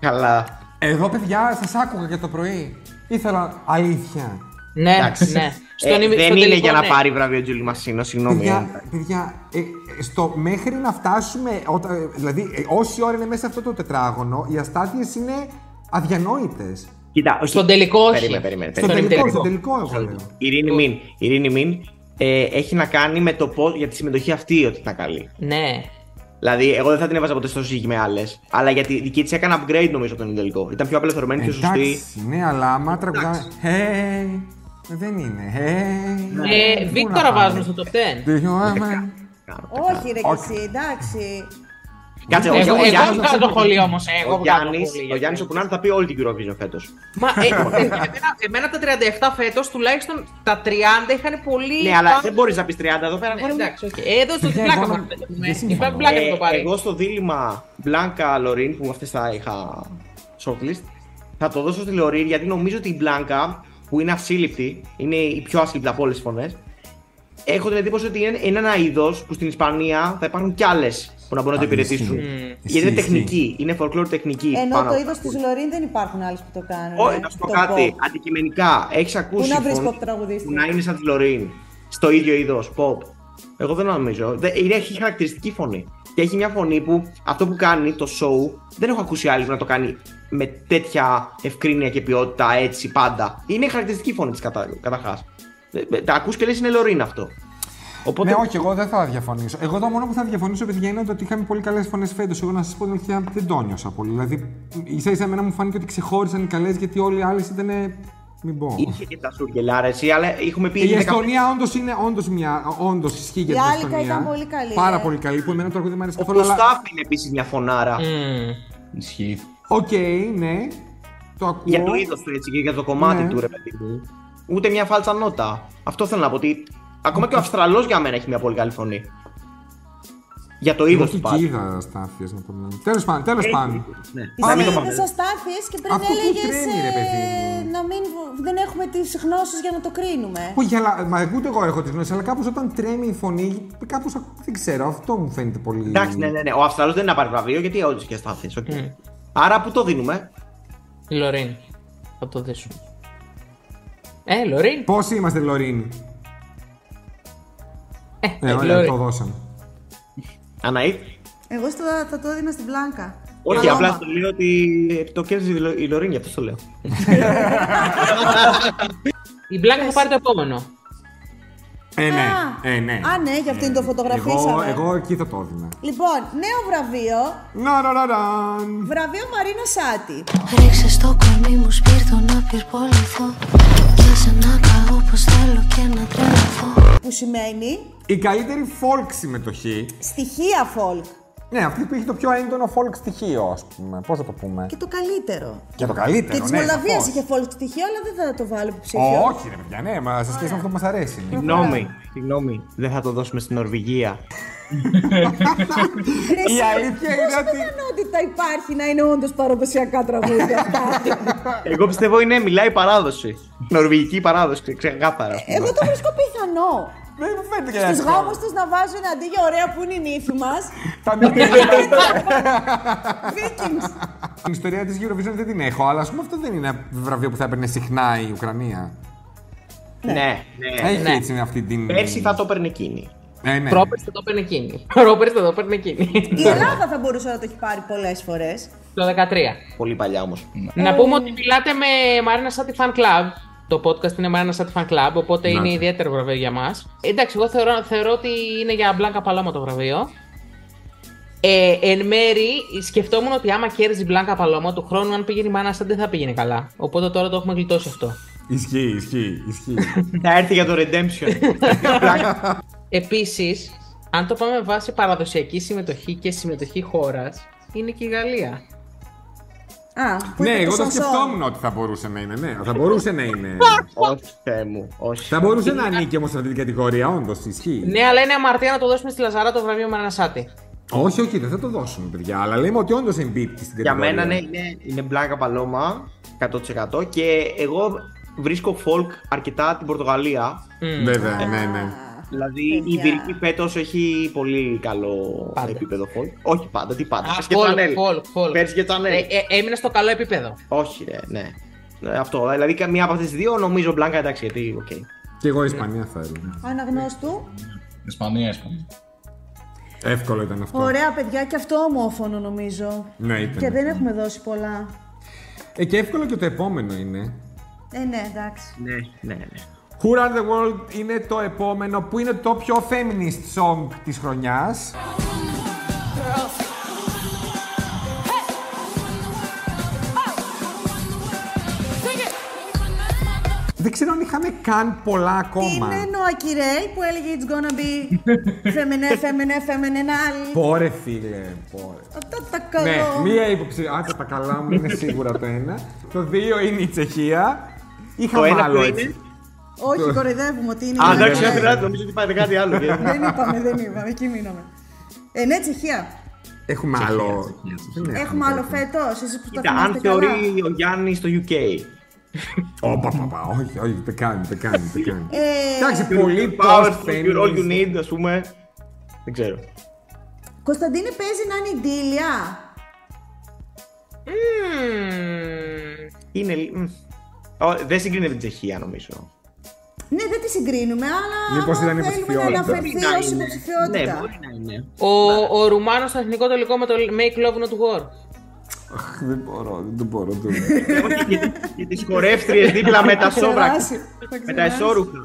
Καλά. Εδώ, παιδιά, σας άκουγα και το πρωί. Ήθελα αλήθεια. Ναι, Εντάξει. ναι. Ε, ημι- δεν στον είναι τελικό, για να ναι. πάρει βραβείο Τζούλη Μασίνο, συγγνώμη. Παιδιά, παιδιά ε, ε, στο, μέχρι να φτάσουμε, όταν- ε, δηλαδή ε, όση ώρα είναι μέσα σε αυτό το τετράγωνο, οι αστάθειες είναι αδιανόητες. Κοίτα, όχι. Στον τελικό όχι. Περίμενε, περίμενε. Στον περίμενε. τελικό, στον τελικό, εγώ λέω. Ειρήνη Μην. Ειρήνη Μην ε, έχει να κάνει με το πώς για τη συμμετοχή αυτή ότι ήταν καλή. Ναι. Δηλαδή, εγώ δεν θα την έβαζα ποτέ στο σύγκη με άλλες, αλλά γιατί η δική τη έκανε upgrade νομίζω από τον τελικό. Ήταν πιο απελευθερωμένη, πιο σωστή. Εντάξει, ναι, αλλά άμα τραγουδάμε. Hey, δεν είναι. Hey. Ε, Πού Ναι, να Βίκτορα πάμε. βάζουμε στο top Do 10. you wanna- Ε, Όχι, ρε, και Όχι. εσύ, εντάξει. Κάτσε, ο Εγώ- εγώ Γιάννη. βγάζω το χολί όμως, εγώ βγάζω το χολί, Ο Γιάννης Οπουνάν θα πει όλη την Eurovision φέτος. Λοιπόν. Μα ε, ε, εμένα, εμένα τα 37 φέτος, τουλάχιστον τα 30 είχαν πολύ. Ναι, αλλά πάνω- δεν μπορείς να πεις 30 εδώ πέρα. Ναι, εντάξει, οκ. Ε, Εδώ στο Παιδιά, πλάκα εγώ- μα. το δούμε. δεν συμφωνώ. Υπάρχει πλάκα που το Ε, πάρει. εγώ στο δίλημα Μπλάνκα Λωρίν, που αυτές τα είχα shortlist, θα το δώσω στη Λωρίν γιατί νομίζω ότι η Μπλάνκα, που είναι ασύλληπτη, είναι η πιο ασύλληπτη από όλες τις φωνές, Έχω την εντύπωση ότι είναι, είναι ένα είδος που στην Ισπανία θα υπάρχουν κι άλλες που να μπορούν να το Α, ισχύει. υπηρετήσουν. Ισχύει, Γιατί είναι ισχύει. τεχνική, είναι folklore τεχνική. Ενώ πάνω το απ' είδος αυτά. της Λωρίν δεν υπάρχουν άλλες που το κάνουν. Όχι, να σου πω κάτι. Αντικειμενικά, έχεις ακούσει. Πού να βρεις φωνή pop τραγουδίστη. που να είναι σαν τη Λωρίν. Στο ίδιο είδος pop. Εγώ δεν νομίζω. Δε- είναι- Έχει χαρακτηριστική φωνή. Και έχει μια φωνή που αυτό που κάνει το show δεν έχω ακούσει άλλη να το κάνει με τέτοια ευκρίνεια και ποιότητα έτσι πάντα. Είναι χαρακτηριστική φωνή της κατα, καταρχάς. Τα ακούς και λες είναι Λωρίν αυτό. Οπότε... Ναι, όχι, εγώ δεν θα διαφωνήσω. Εγώ το μόνο που θα διαφωνήσω, παιδιά, είναι ότι είχαμε πολύ καλές φωνές φέτος. Εγώ να σας πω την αλήθεια, δεν το νιώσα πολύ. Δηλαδή, ίσα ίσα εμένα μου φάνηκε ότι ξεχώρισαν οι καλές γιατί όλοι οι άλλες ήταν. Μην πω. Είχε και τα σουργελάρα, εσύ, αλλά έχουμε πει. Η είναι Εστονία όντως είναι όντως μια. Όντως ισχύει Η για την Άλικα Εστονία. ήταν πολύ καλή, Πάρα ε. πολύ καλή που εμένα το τραγούδι δεν μου αρέσει Ο καθόλου. αλλά- Στάφ είναι επίσης μια φωνάρα. Ισχύει. Οκ, ναι. Το ακούω. Για το είδος του έτσι και για το κομμάτι Ναι. του ρε παιδί μου. Ούτε μια φάλτσα νότα. Αυτό θέλω να πω ότι. Ακόμα Ναι. και ο Αυστραλός για μένα έχει μια πολύ καλή φωνή. Για το είδος του πάντων. Και πάντων. είδα στάθειες να το λέμε. Τέλος πάντων, τέλος Έχει, πάντων. ναι. Πάμε. Εσύ είδε αστάθειε και πριν Αυτό που έλεγες. τρέμει, ρε παιδί Να μην. β- Δεν έχουμε τις γνώσεις για να το κρίνουμε. Όχι, αλλά μα ούτε εγώ έχω τη γνώση, αλλά κάπως όταν τρέμει η φωνή, κάπως δεν ξέρω, αυτό μου φαίνεται πολύ. Εντάξει, ναι, ναι, ναι. Ο Αυστραλός δεν είναι να πάρει βραβείο γιατί όντως είχε σταθεί. Ναι. Άρα που το δίνουμε. Λωρίν. Θα το δείσουμε. Ε, Λωρίν. Πόσοι είμαστε, Λωρίν. Ε, ε, ωραία, Λωρίν. το δώσαμε. Αναήτ. Εγώ στο, θα το έδινα στην πλάνκα. Όχι, Καλό απλά μα. το λέω ότι το κέρδισε η Λο- η Λωρίνη, αυτό το λέω. Η Μπλάνκα θα πάρει το επόμενο. Ναι, Ε, ναι, Α, ε, ναι. Α, ναι, γι' αυτήν το Εγώ, φωτογραφίσαμε. εγώ εκεί θα το έδινα. Λοιπόν, νέο βραβείο. Βραβείο Μαρίνο Σάτι. Ρίξε στο κορμί μου σπίρτο να πυρποληθώ Πιάσε να πάω όπως θέλω και να τρελαθώ Που σημαίνει Η καλύτερη folk συμμετοχή. στοιχεία folk. Ναι, αυτή που έχει το πιο έντονο folk στοιχείο, ας πούμε. Πώς θα το πούμε. Και το καλύτερο. Και το καλύτερο. Και της ναι, Μολδαβίας σαφώς. είχε folk στοιχείο, αλλά δεν θα το βάλω υποψήφιο. Ω, Όχι, ρε παιδιά, ναι, μα σε σχέση με αυτό που μας αρέσει. Ναι, Συγγνώμη, συγγνώμη, δεν θα το δώσουμε στην Νορβηγία. Ρε, Η εσύ, αλήθεια είναι Πώς πιθανότητα υπάρχει να είναι όντως παραδοσιακά τραγούδια αυτά. Εγώ πιστεύω είναι, μιλάει η παράδοση. Νορβηγική παράδοση, ξεκάθαρα. ας πούμε. Εγώ το βρίσκω πιθανό. Δεν μου φαίνεται και Στους άκυρο. γάμου τους να βάζουν αντί για ωραία που είναι η νύφη μας. Τα νύχια. Vikings. Την ιστορία της Eurovision δεν την έχω, αλλά ας πούμε αυτό δεν είναι ένα βραβείο που θα έπαιρνε συχνά η Ουκρανία. Ναι, ναι. Έχει ναι. έτσι αυτή την. Πέρσι θα το έπαιρνε εκείνη. Ναι, ναι. Πρόπερς θα το παίρνει εκείνη. [laughs] Πρόπερς θα το παίρνει εκείνη. Η Ελλάδα θα μπορούσε να το έχει πάρει πολλές φορές. Το 13. Πολύ παλιά όμως. Να πούμε ότι μιλάτε με Μαρίνα Σάτι Fan Club. Το podcast είναι Μαρίνα Σάτι Fan Club, οπότε Να. είναι ιδιαίτερο βραβείο για μας. Εντάξει, εγώ θεωρώ, θεωρώ ότι είναι για Μπλάνκα Παλώμα το βραβείο. Ε, εν μέρη, σκεφτόμουν ότι άμα κέρδιζε η Μπλάνκα Παλώμα του χρόνου, αν πήγαινε η Μαρίνα Σάτι δεν θα πήγαινε καλά. Οπότε τώρα το έχουμε γλιτώσει αυτό. Ισχύει, ισχύει, ισχύει. Θα έρθει για το [laughs] Redemption. Επίσης, αν το πάμε με βάση παραδοσιακής συμμετοχή και συμμετοχή χώρας, είναι και η Γαλλία. Α, ναι, εγώ το σκεφτόμουν ότι θα μπορούσε να είναι. Ναι, θα μπορούσε να είναι. όχι, Θεέ μου, όχι. Θα μπορούσε να ανήκει όμως σε αυτή την κατηγορία, όντως ισχύει. Ναι, αλλά είναι αμαρτία να το δώσουμε στη Λαζαρά το βραβείο Μαρίνα Σάτι. Όχι, όχι, δεν θα το δώσουμε, παιδιά. Αλλά λέμε ότι όντως εμπίπτει στην Για κατηγορία. μένα ναι, είναι, είναι μπλάκα παλώμα 100% και εγώ βρίσκω folk αρκετά την Πορτογαλία. Βέβαια, ναι, ναι. Δηλαδή η Ιβυρική φέτο έχει πολύ καλό επίπεδο folk. Όχι πάντα, τι πάντα. Α, Πέρσι και folk, Τσανέλ. folk, folk. Πέρσι και Τσανέλ. Ε, ε, έμεινε στο καλό επίπεδο. Όχι, ρε, ναι. Ε, Αυτό. Δηλαδή καμία από αυτές τις δύο νομίζω μπλάκα εντάξει, γιατί οκ. Και εγώ Ισπανία θα έλεγα. Αναγνώστου. Ισπανία, Ισπανία. Εύκολο ήταν αυτό. Ωραία, παιδιά, και αυτό ομόφωνο νομίζω. Ναι, ήταν. Και δεν έχουμε δώσει πολλά. Ε, και εύκολο και το επόμενο είναι. Ε, ναι, εντάξει. Ναι, ναι, ναι. Who Run The World είναι το επόμενο που είναι το πιο feminist song της χρονιάς. Δεν ξέρω αν είχαμε καν πολλά ακόμα. Είναι Νοα Κυρέη που έλεγε It's gonna be φεμενέ, φεμενέ, φεμενέ, άλλη. Πόρε φίλε, πόρε. Αυτά τα Ναι, καλό. μία υποψηφία. Άτα τα καλά μου είναι σίγουρα το ένα. Το δύο είναι η Τσεχία. Το Είχαμε ένα άλλο ποιο έτσι. Όχι, κοροϊδεύουμε ότι είναι. Α, η εντάξει, Νοα όχι, Κυρέη. δηλαδή, νομίζω ότι πάει κάτι άλλο. [laughs] γιατί- Δεν είπαμε, δεν είπαμε, εκεί μείναμε. Ε, ναι, Τσεχία. Έχουμε άλλο. Ναι, Δεν Έχουμε άλλο φέτος, εσείς που τα Κοίτα, αν θυμάστε καλά. θεωρεί ο Γιάννης στο UK Όπα, πα, πα, όχι, όχι, δεν κάνει, δεν κάνει, δεν κάνει. Ε, Εντάξει, πολύ Power, post you're all you feminist. need, ας πούμε. Δεν ξέρω. Κωνσταντίνε παίζει να είναι η Ντίλια. Είναι λι- μ. Ω, Δεν συγκρίνεται με την Τσεχία, νομίζω. Ναι, δεν τη συγκρίνουμε, αλλά. Μήπως άμα ήταν θέλουμε να υποψηφιότητα. αναφερθείς Μπορεί να ω είναι. υποψηφιότητα. Ναι, μπορεί να είναι. Ο, ο Ρουμάνος στο εθνικό τελικό με το Make Love Not War. Αχ, Δεν μπορώ, δεν μπορώ. δεν [laughs] Ε, Ε, Και τις χορεύτριες δίπλα με τα σόβρακα. Με τα εσώρουχα.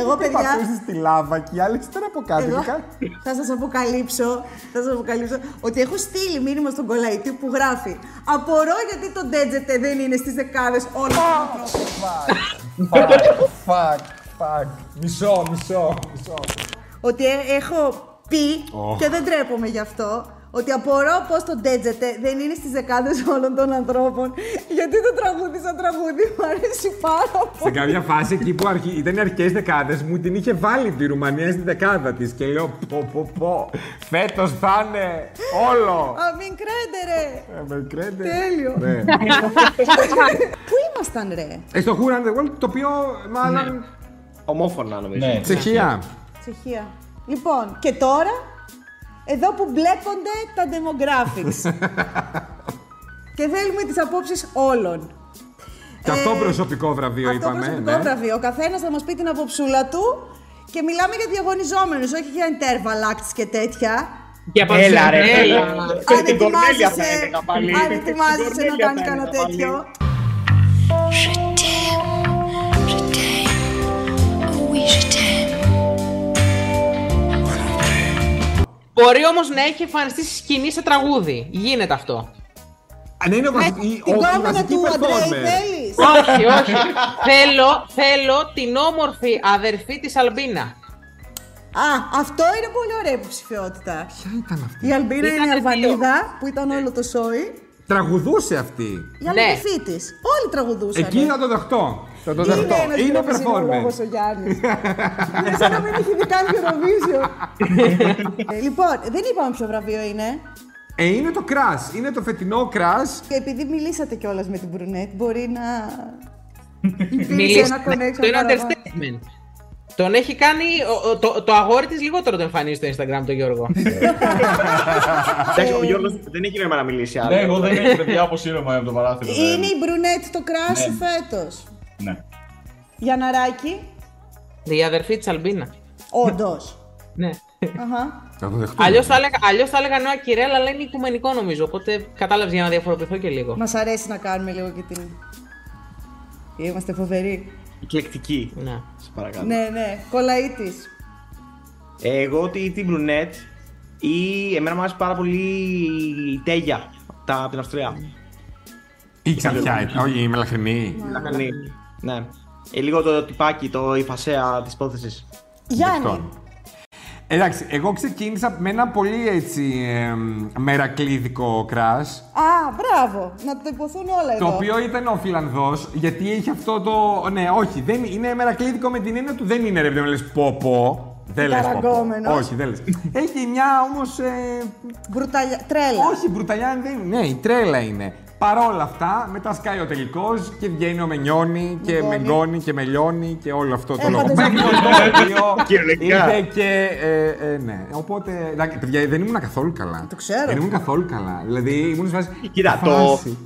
Εγώ, παιδιά- Ακούσει τη λάβα και οι άλλοι ξέρουν από κάτι. Εγώ και κάτι- θα σας αποκαλύψω, θα σας αποκαλύψω ότι έχω στείλει μήνυμα στον κολαϊτή που γράφει «Απορώ γιατί το ντέτζετε δεν είναι στις δεκάδες όλα τα πρόσωπα». Fuck, fuck. Μισό, μισό, μισό. Ότι ε- έχω πει Ω. και δεν τρέπομαι γι' αυτό ότι απορώ πως το ντέτζετε δεν είναι στις δεκάδες όλων των ανθρώπων γιατί το τραγούδι σαν τραγούδι μου αρέσει πάρα Σε πολύ. κάποια φάση εκεί που αρχι... ήταν οι αρχές δεκάδες μου την είχε βάλει τη Ρουμανία στην δεκάδα της και λέω πω πω πω. Φέτος θα είναι όλο. Α, μην κρέντε ρε! Ε, με κρέντε. Τέλειο! Ναι. Πού ήμασταν ρε! Ε, Στο Who Run the World το οποίο μάλλον. Ομόφωνα νομίζω. Ναι. Τσεχία. Τσεχία. Λοιπόν, και τώρα, εδώ που μπλέκονται τα demographics. και θέλουμε τις απόψεις όλων. Και αυτό προσωπικό βραβείο Ε, Αυτό είπαμε. προσωπικό ναι. βραβείο. Ο καθένας θα μας πει την αποψούλα του και μιλάμε για διαγωνιζόμενους, όχι για interval acts και τέτοια. Για Έλα ρε, παρουσιαστή. έλα. Αν Ε, Την Κορνέλια θα ετοιμάζεσαι- έλεγα πάλι. αν ετοιμάζεσαι να Κορνέλια κάνεις θα κανένα έλεγα πάλι. τέτοιο. Μπορεί όμως να έχει εμφανιστεί στη σκηνή σε τραγούδι. Γίνεται αυτό. Αν ναι, είναι ο Ε, βασική. Ε, Την κόμενα του Αντρέη θέλεις. όχι, όχι. θέλω, θέλω την όμορφη αδερφή της Αλμπίνα. Α, αυτό είναι πολύ ωραία υποψηφιότητα. Ποια ήταν αυτή. Η Αλμπίνα Ήταν είναι η δύο. Αλβανίδα που ήταν όλο το σόι. Τραγουδούσε αυτή. Η αδελφή τη. Όλοι τραγουδούσαν. Εκεί θα το δεχτώ. Θα το δεχτώ. Είναι Είναι performance. ένας ο Γιάννης. Είναι σαν να μην έχει δει καν [laughs] Eurovision. Ε, λοιπόν, δεν είπαμε ποιο βραβείο είναι. Ε, είναι το κρασ. Είναι το φετινό κρασ. Και επειδή μιλήσατε κιόλας με την Μπρουνέτ, μπορεί να. υπήρξε Μιλήστε. ένα connection Ναι, Το είναι παραπάνω. understatement. Τον έχει κάνει. ο- ο- Το, το αγόρι της λιγότερο το εμφανίζει στο Instagram, τον Γιώργο. Εντάξει, ο Γιώργος δεν έχει νόημα να μιλήσει άλλο. Ναι, εγώ δεν έχω παιδιά αποσύρωμα από το παράθυρο. δεν. Είναι η Μπρουνέτ το κράσι Ναι. φέτος. Ναι. Γιανναράκη, Η αδερφή της Αλμπίνα. όντως. Ναι. Αχα. Θα το δεχτώ. Αλλιώς θα, έλεγα- αλλιώς θα έλεγα Νόα Κυρέλα, αλλά είναι οικουμενικό νομίζω. Οπότε κατάλαβες για να διαφοροποιηθώ και λίγο. Μας αρέσει να κάνουμε λίγο και την. Είμαστε φοβεροί. Εκλεκτική. Ναι. Σε παρακαλώ. Ναι, ναι, κολαίτης. Εγώ τη- την Μπρουνέτ ή εμένα μου άρεσε πάρα πολύ η Τέγια τα- από την Αυστρία. Ήξερα ποια ήταν. Όχι, είμαι ειλικρινή. Λαχανή. Ναι. Ε, λίγο το τυπάκι, το η φασέα της υπόθεσης. Γιάννη. Εντάξει, εγώ ξεκίνησα με ένα πολύ έτσι εμ, μερακλείδικο κρασ. Α, μπράβο. Να το υποθούν όλα εδώ. Το οποίο ήταν ο Φιλανδός, γιατί είχε αυτό το. Ναι, όχι, δεν... είναι μερακλείδικο με την έννοια του δεν είναι ρε, δεν λες πω πω. Δεν λες πω. Ταραγκόμενος. Όχι, δεν λες. Έχει μια όμως. Ε... Μπρουταλια... Τρέλα. Όχι, μπρουταλιά δεν είναι. Ναι, η τρέλα είναι. Παρόλα αυτά, μετά σκάει ο τελικός και βγαίνει ο Μενιώνη και Μενιώνη. Μεγκόνη και Μελιώνη και όλο αυτό το Ε, λόγο. πάντως αυτό- Ήρθε και. ε, ε, ναι. Οπότε. εντάξει, παιδιά, δεν ήμουν καθόλου καλά. Το ξέρω. Δεν ήμουν καθόλου καλά. Δηλαδή ήμουν σε φάση. Κοίτα, το, φάση.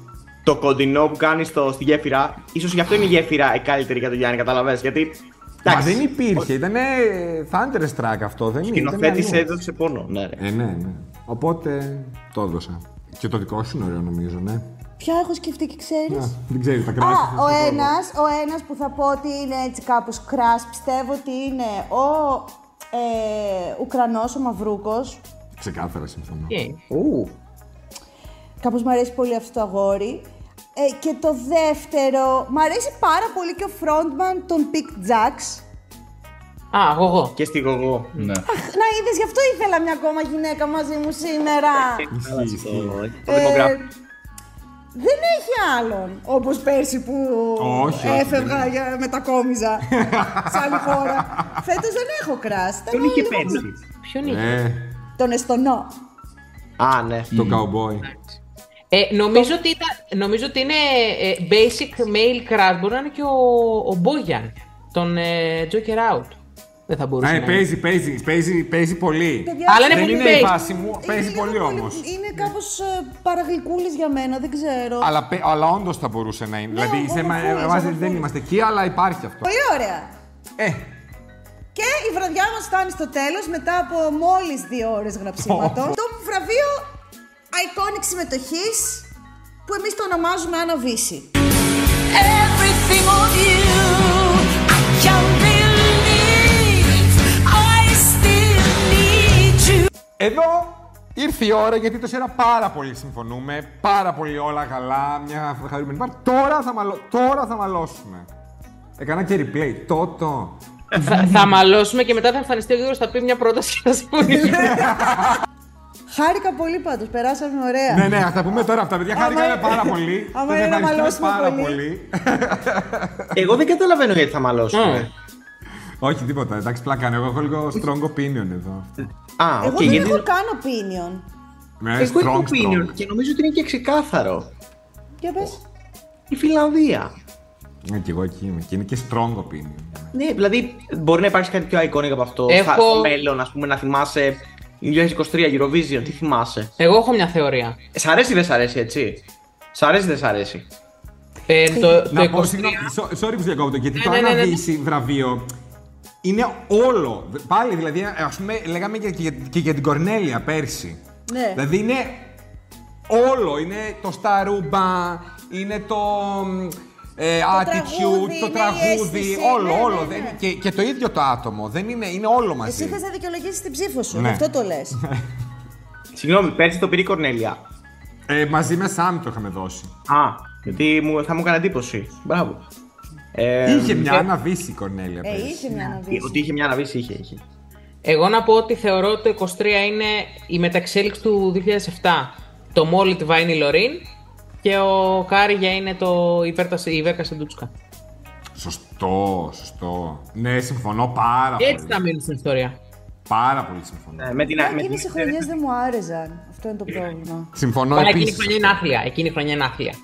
το κοντινό που κάνεις στο, στη γέφυρα, ίσως γι' αυτό είναι η γέφυρα η καλύτερη για τον Γιάννη, καταλαβαίνεις, γιατί... Μα εντάξει, δεν υπήρχε, ήταν Thunderstruck αυτό, δεν Ο είναι. σκηνοθέτης ήταν αλλού. έδωσε πόνο, ναι ρε. Ε, ναι, ναι. Οπότε το έδωσα. Και το δικό σου είναι ωραίο, νομίζω, ναι. Ποια έχω σκεφτεί και ξέρεις. Να, δεν ξέρεις, τα κράσει. Α, ο ένας ο ένας που θα πω ότι είναι έτσι κάπως κρας, πιστεύω ότι είναι ο ε, Ουκρανός, ο Μαυρούκος. Ξεκάθαρα συμφωνώ. Ε. Κάπω μου αρέσει πολύ αυτό το αγόρι. Ε, και το δεύτερο, μου αρέσει πάρα πολύ και ο frontman των Pick Jacks. Α, εγώ, εγώ. Και στη γογό. Ναι. Αχ, να είδες, γι' αυτό ήθελα μια ακόμα γυναίκα μαζί μου σήμερα. Το δημογράφο. Ε, Δεν έχει άλλον, όπως πέρσι που Όχι, όχι, έφευγα, για, μετακόμιζα σε άλλη χώρα. Φέτος δεν έχω κράσει. Τον είχε πέρσι. Ποιον είχε. Ε, Τον Εστονό. Α, ναι. το cowboy. Ε, Ε, νομίζω, ότι ήταν, νομίζω ότι είναι ε, basic male crush. Μπορεί να είναι και ο, ο Μπόγιαν, τον ε, Joker Out. Δεν θα μπορούσε Ναι, να παίζει, παίζει, παίζει, παίζει πολύ. Παιδιά, Ε. Αλλά είναι Δεν πολύ είναι η base. φάση μου, παίζει πολύ όμως. Είναι κάπως παραγλικούλη για μένα, δεν ξέρω. Αλλά, παι- αλλά όντως θα μπορούσε να είναι. δηλαδή, σε μα- ομοφούης, εμάς ομοφούης. δεν είμαστε εκεί, αλλά υπάρχει αυτό. Πολύ ωραία. Ε. Και η βραδιά μας φτάνει στο τέλος μετά από μόλις δύο ώρες γραψίματος. Πω, πω. το βραβείο Iconic συμμετοχής που εμείς το ονομάζουμε Άννα Βύση. Everything of you, I can't believe I still need you. Εδώ ήρθε η ώρα γιατί το σέρα πάρα πολύ συμφωνούμε. Πάρα πολύ όλα καλά. Μια χαρούμενη πάρτι. Τώρα θα, μαλω... τώρα θα μαλώσουμε. Έκανα και replay. Τότο. θα, θα μαλώσουμε και μετά θα εμφανιστεί ο Γιώργος, θα πει μια πρόταση και θα συμφωνήσουμε. Χάρηκα πολύ πάντως, περάσαμε ωραία. ναι, ναι, θα τα πούμε τώρα αυτά, παιδιά. Άμα Χάρηκα είναι- πάρα πολύ. άμα Σας είναι να ευχαριστούμε μαλώσουμε πάρα πολύ. πολύ. Εγώ δεν καταλαβαίνω γιατί θα μαλώσουμε. Όχι, τίποτα. Εντάξει, πλάκα κάνω. Εγώ έχω λίγο strong opinion εδώ. Α, Εγώ δεν έχω καν opinion. Ναι, Εγώ έχω strong, opinion strong. και νομίζω ότι είναι και ξεκάθαρο. Για πες. Η Φιλανδία. Ναι, και εγώ εκεί είμαι. Και είναι και strong opinion. Ναι, δηλαδή μπορεί να υπάρξει κάτι πιο iconic από αυτό Έχω- στα- στο μέλλον, ας πούμε, να θυμάσαι 2023 Eurovision, τι θυμάσαι. Εγώ έχω μια θεωρία. Σ' αρέσει ή δεν σ' αρέσει, έτσι. Σ' αρέσει ή δεν σ' αρέσει. Ε, το, Να πω, 23. συγγνώμη, Ναι. σο- sorry που σε διακόπτω, γιατί Ναι, το ναι, ναι, Άννα ναι. Δύση βραβείο είναι όλο. Πάλι δηλαδή, ας πούμε, λέγαμε και, και- και για την Κορνέλια πέρσι. Ναι. Δηλαδή είναι όλο. Είναι το Σταρούμπα, είναι το. μ, Ε, Το τραγούδι, attitude, είναι το η τραγούδι, αίσθηση, όλο, ναι, ναι, όλο. ναι. Δεν- Και, και το ίδιο το άτομο. Δεν είναι, είναι όλο μαζί. Εσύ θες να δικαιολογήσεις την ψήφο σου, Ναι. γι' αυτό το λες. Συγγνώμη, πέρσι το πήρε η Κορνέλια. Ε, μαζί με Σάμι το είχαμε δώσει. Α, γιατί μου, θα μου έκανε εντύπωση. Μπράβο. Ε, Είχε μια ε, αναβίση η Κορνέλια. ε, είχε μια ε, αναβίση. Ότι είχε μια αναβίση, είχε. είχε. Εγώ να πω ότι θεωρώ ότι το 23 είναι η μεταξέλιξη του 2007. Το Μόλιτ Βάινι Λωρίν και ο Κάριγια είναι το η Βέρτα- η Βέρκα Σεντούτσκα. Σωστό, σωστό. Ναι, συμφωνώ πάρα Έτσι πολύ. θα μείνει στην ιστορία. Πάρα πολύ Ναι. συμφωνώ. Ε, Εκείνε Ε, οι χρονιές δεν μου άρεσαν. Αυτό είναι το πρόβλημα. Συμφωνώ Αλλά εκείνη η επίσης. χρονιά είναι άθλια. Εκείνη η χρονιά είναι άθλια.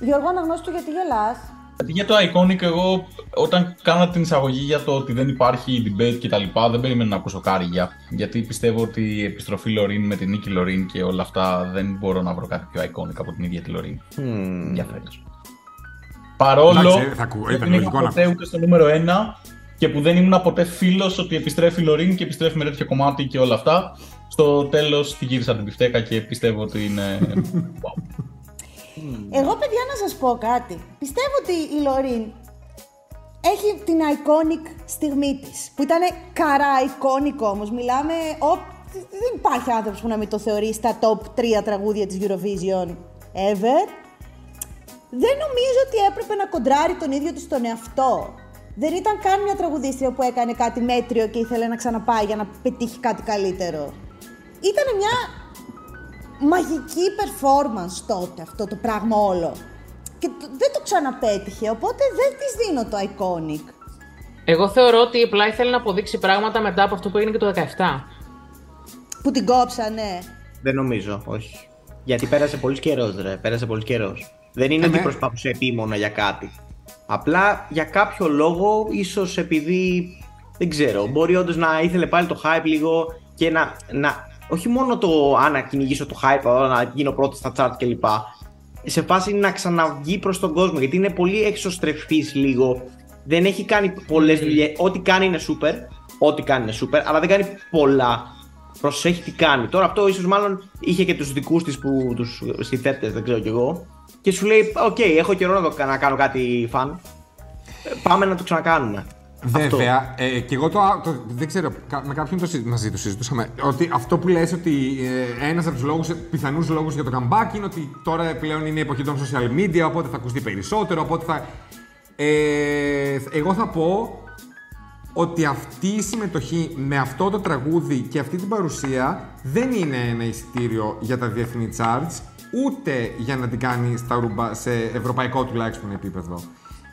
Γιώργο, αναγνώστου γιατί γελάς. Για το Iconic, εγώ όταν κάνα την εισαγωγή για το ότι δεν υπάρχει debate κτλ., δεν περίμενα να ακούσω κάριγια. Γιατί πιστεύω ότι η επιστροφή Λωρίν με την νίκη Λωρίν και όλα αυτά δεν μπορώ να βρω κάτι πιο Iconic από την ίδια τη Λωρίν. Για φέτος. Παρόλο Εντάξει, θα ακου- που ήταν δεν ήμουν λογικό να ποτέ ούτε στο νούμερο 1 και που δεν ήμουν ποτέ φίλος ότι επιστρέφει η Λωρίν και επιστρέφει με τέτοιο κομμάτι και όλα αυτά. Στο τέλος τη γύρισα την πιφτέκα και πιστεύω ότι είναι. Εγώ, παιδιά, να σας πω κάτι. Πιστεύω ότι η Λωρίν έχει την iconic στιγμή της. Που ήταν καρά iconic όμως. Μιλάμε. ο- Δεν υπάρχει άνθρωπος που να μην το θεωρεί στα top 3 τραγούδια της Eurovision ever. Δεν νομίζω ότι έπρεπε να κοντράρει τον ίδιο της τον εαυτό. Δεν ήταν καν μια τραγουδίστρια που έκανε κάτι μέτριο και ήθελε να ξαναπάει για να πετύχει κάτι καλύτερο. Ήταν μια μαγική performance τότε αυτό το πράγμα όλο. Και το- δεν το ξαναπέτυχε, οπότε δεν της δίνω το iconic. Εγώ θεωρώ ότι απλά ήθελε να αποδείξει πράγματα μετά από αυτό που έγινε και το 17. Που την κόψανε. Δεν νομίζω, όχι. Γιατί πέρασε πολύς καιρός, ρε. Πέρασε πολύς καιρός. Δεν είναι ότι προσπαθούσε επίμονα για κάτι. Απλά για κάποιο λόγο, ίσως επειδή. Δεν ξέρω, μπορεί όντως να ήθελε πάλι το hype λίγο και να. να όχι μόνο το αν να κυνηγήσω το hype, αλλά να γίνω πρώτος στα chart κλπ. Σε φάση να ξαναβγεί προς τον κόσμο γιατί είναι πολύ εξωστρεφής λίγο. Δεν έχει κάνει πολλές δουλειές. Ό,τι κάνει είναι super. Ό,τι κάνει είναι super, αλλά δεν κάνει πολλά προσέχει τι κάνει. Τώρα αυτό ίσως μάλλον είχε και τους δικούς της που τους συνθέτες, δεν ξέρω κι εγώ. Και σου λέει: Οκ, έχω καιρό να, το, κα- να κάνω κάτι φαν. Ε, Πάμε να το ξανακάνουμε. Βέβαια, ε, και εγώ το, το- δεν ξέρω, κα- με κάποιον το, συ- μαζί το συζητούσαμε, ότι αυτό που λες ότι ε, ένας από τους λόγους, πιθανούς λόγους για το comeback είναι ότι τώρα πλέον είναι η εποχή των social media, οπότε θα ακουστεί περισσότερο, οπότε θα... Ε, εγώ θα πω ότι αυτή η συμμετοχή με αυτό το τραγούδι και αυτή την παρουσία δεν είναι ένα εισιτήριο για τα διεθνή charts, ούτε για να την κάνει στα ρούμπα σε ευρωπαϊκό τουλάχιστον επίπεδο.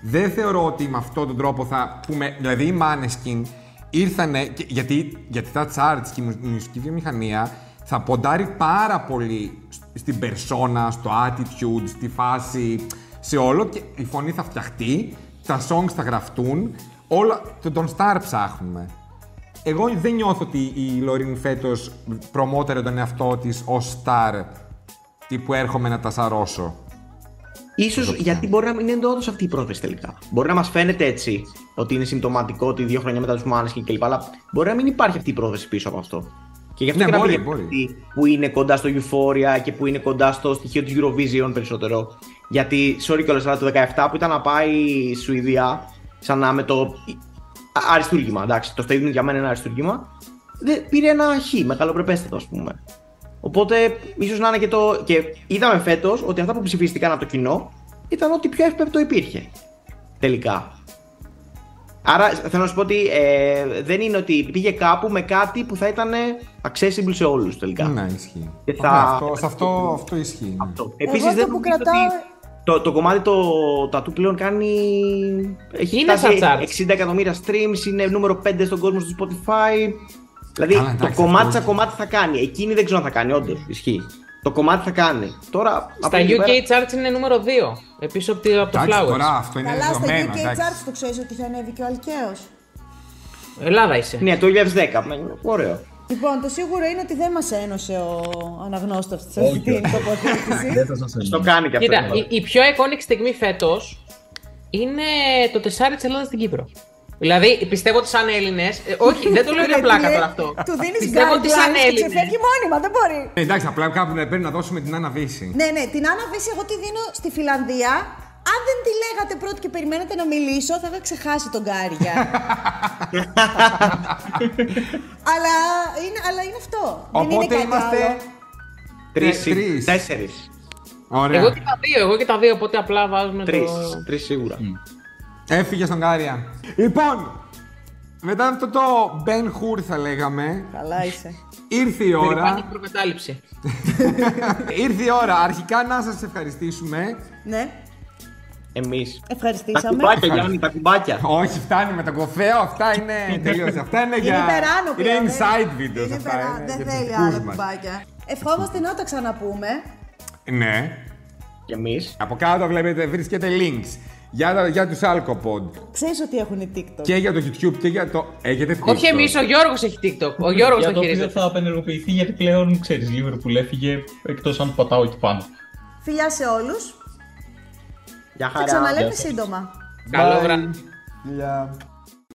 Δεν θεωρώ ότι με αυτόν τον τρόπο θα πούμε, δηλαδή οι Maneskin ήρθανε, και- γιατί, γιατί τα charts και η μου- η μουσική βιομηχανία θα ποντάρει πάρα πολύ στην περσόνα, στο attitude, στη φάση, σε όλο και η φωνή θα φτιαχτεί, τα songs θα γραφτούν, όλα, τον- τον star ψάχνουμε. Εγώ δεν νιώθω ότι η Λωρίν φέτος προμόταρε τον εαυτό της ως star τύπου έρχομαι να τα σαρώσω. Ίσως γιατί μπορεί να μην είναι όντως αυτή η πρόθεση τελικά. Μπορεί να μας φαίνεται έτσι ότι είναι συμπτωματικό ότι δύο χρόνια μετά τους Μάνσκιν κλπ. Αλλά μπορεί να μην υπάρχει αυτή η πρόθεση πίσω από αυτό. Και γι' αυτό Ναι, και να μπορεί, βλέπουμε αυτοί που είναι κοντά στο Euphoria και που είναι κοντά στο στοιχείο της Eurovision περισσότερο. Γιατί, sorry κιόλας, αλλά το 17 που ήταν να πάει η Σουηδία, ξανά με το α- αριστούργημα. Εντάξει, το statement για μένα είναι αριστούργημα. δεν- Πήρε ένα χ, μεγαλοπρεπέστατο ας πούμε. Οπότε, ίσως να είναι και το. Και είδαμε φέτος ότι αυτά που ψηφίστηκαν από το κοινό ήταν ό,τι πιο εύπεπτο υπήρχε. Τελικά. Άρα θέλω να σου πω ότι ε, δεν είναι ότι πήγε κάπου με κάτι που θα ήταν accessible σε όλους τελικά. Ναι, ισχύει. Και Ναι, αυτό- σε αυτό- αυτό ισχύει. ναι. Επίση, Εγώ δεν αυτό που νομίζω κρατάω. ότι το, το κομμάτι το τατού πλέον κάνει. Έχει Είναι φτάσει στα charts. 60 εκατομμύρια streams, είναι νούμερο 5 στον κόσμο στο Spotify. Δηλαδή Καλά, το εντάξει, κομμάτι αυτό- σαν κομμάτι θα κάνει. Εκείνη δεν ξέρω αν θα κάνει, όντως. Ισχύει. Το κομμάτι θα κάνει. Τώρα, από Στα εκεί και πέρα- UK charts είναι νούμερο 2. Επίσης από τη- από το Εντάξει, Flowers. τώρα αυτό Καλά, στα UK charts το ξέρεις ότι θα ανέβει και ο Αλκαίος. Ελλάδα είσαι. Ναι, το 2010. με- Ωραίο. Λοιπόν, το σίγουρο είναι ότι δεν μας ένωσε ο αναγνώστο τη αυτή την τοποθέτηση. Το κάνει και Κοίτα, αυτό. η, η πιο iconic στιγμή φέτος είναι το τεσάρι της Ελλάδας στην Κύπρο. Δηλαδή, πιστεύω ότι σαν Έλληνες. [laughs] όχι, δεν το λέω για Ρε, πλάκα τι, τώρα αυτό. Του δίνεις Πιστεύω ότι σαν guidelines και Έλληνες. ξεφεύγει μόνιμα, δεν μπορεί. Ε, εντάξει, απλά κάπου να πρέπει να δώσουμε την Άννα Βύση. Ναι, ναι, την Άννα Βύση εγώ τη δίνω στη Φιλανδία. Αν δεν τη λέγατε πρώτη και περιμένετε να μιλήσω, θα είχα ξεχάσει τον Κάρια. [laughs] αλλά, είναι, αλλά είναι αυτό. δεν είναι Οπότε κάτι είμαστε άλλο. Τρεις. Τέσσερις. Ωραία. Εγώ και τα δύο, εγώ και τα δύο, οπότε απλά βάζουμε Τρεις. το. Τρεις σίγουρα. Έφυγε στον Κάρια. Λοιπόν, μετά αυτό το Ben Hur θα λέγαμε, Καλά είσαι. ήρθε η Δεν ώρα. υπάρχει προκατάληψη. [laughs] ήρθε η ώρα. Αρχικά να σας ευχαριστήσουμε. Ναι, Εμείς. ευχαριστήσαμε. τα κουμπάκια. Όχι, φτάνει με τον κοφέο. Αυτά είναι τελείωσε. Αυτά είναι [laughs] Είναι για. υπεράνω είναι πλέον, inside ε. videos. Είναι αυτά υπερά- είναι για Δεν τους θέλει δικούς άλλα μας. κουμπάκια. Ευχόμαστε να τα ξαναπούμε. Ναι. Και εμείς. Από κάτω βλέπετε βρίσκεται links για, τα- για τους Alcopod Ξέρεις ότι έχουν οι TikTok. και για το YouTube και για το... Έχετε TikTok. Όχι εμείς, ο Γιώργος έχει TikTok. Ο Γιώργος Για το το οποίο χειρίζεται. θα απενεργοποιηθεί γιατί πλέον ξέρεις, Λίβερπουλ έφυγε εκτός αν πατάω εκεί πάνω. Φιλιά σε όλους. Γεια Θα ξαναλέμε σύντομα. Καλό βράδυ. Γεια.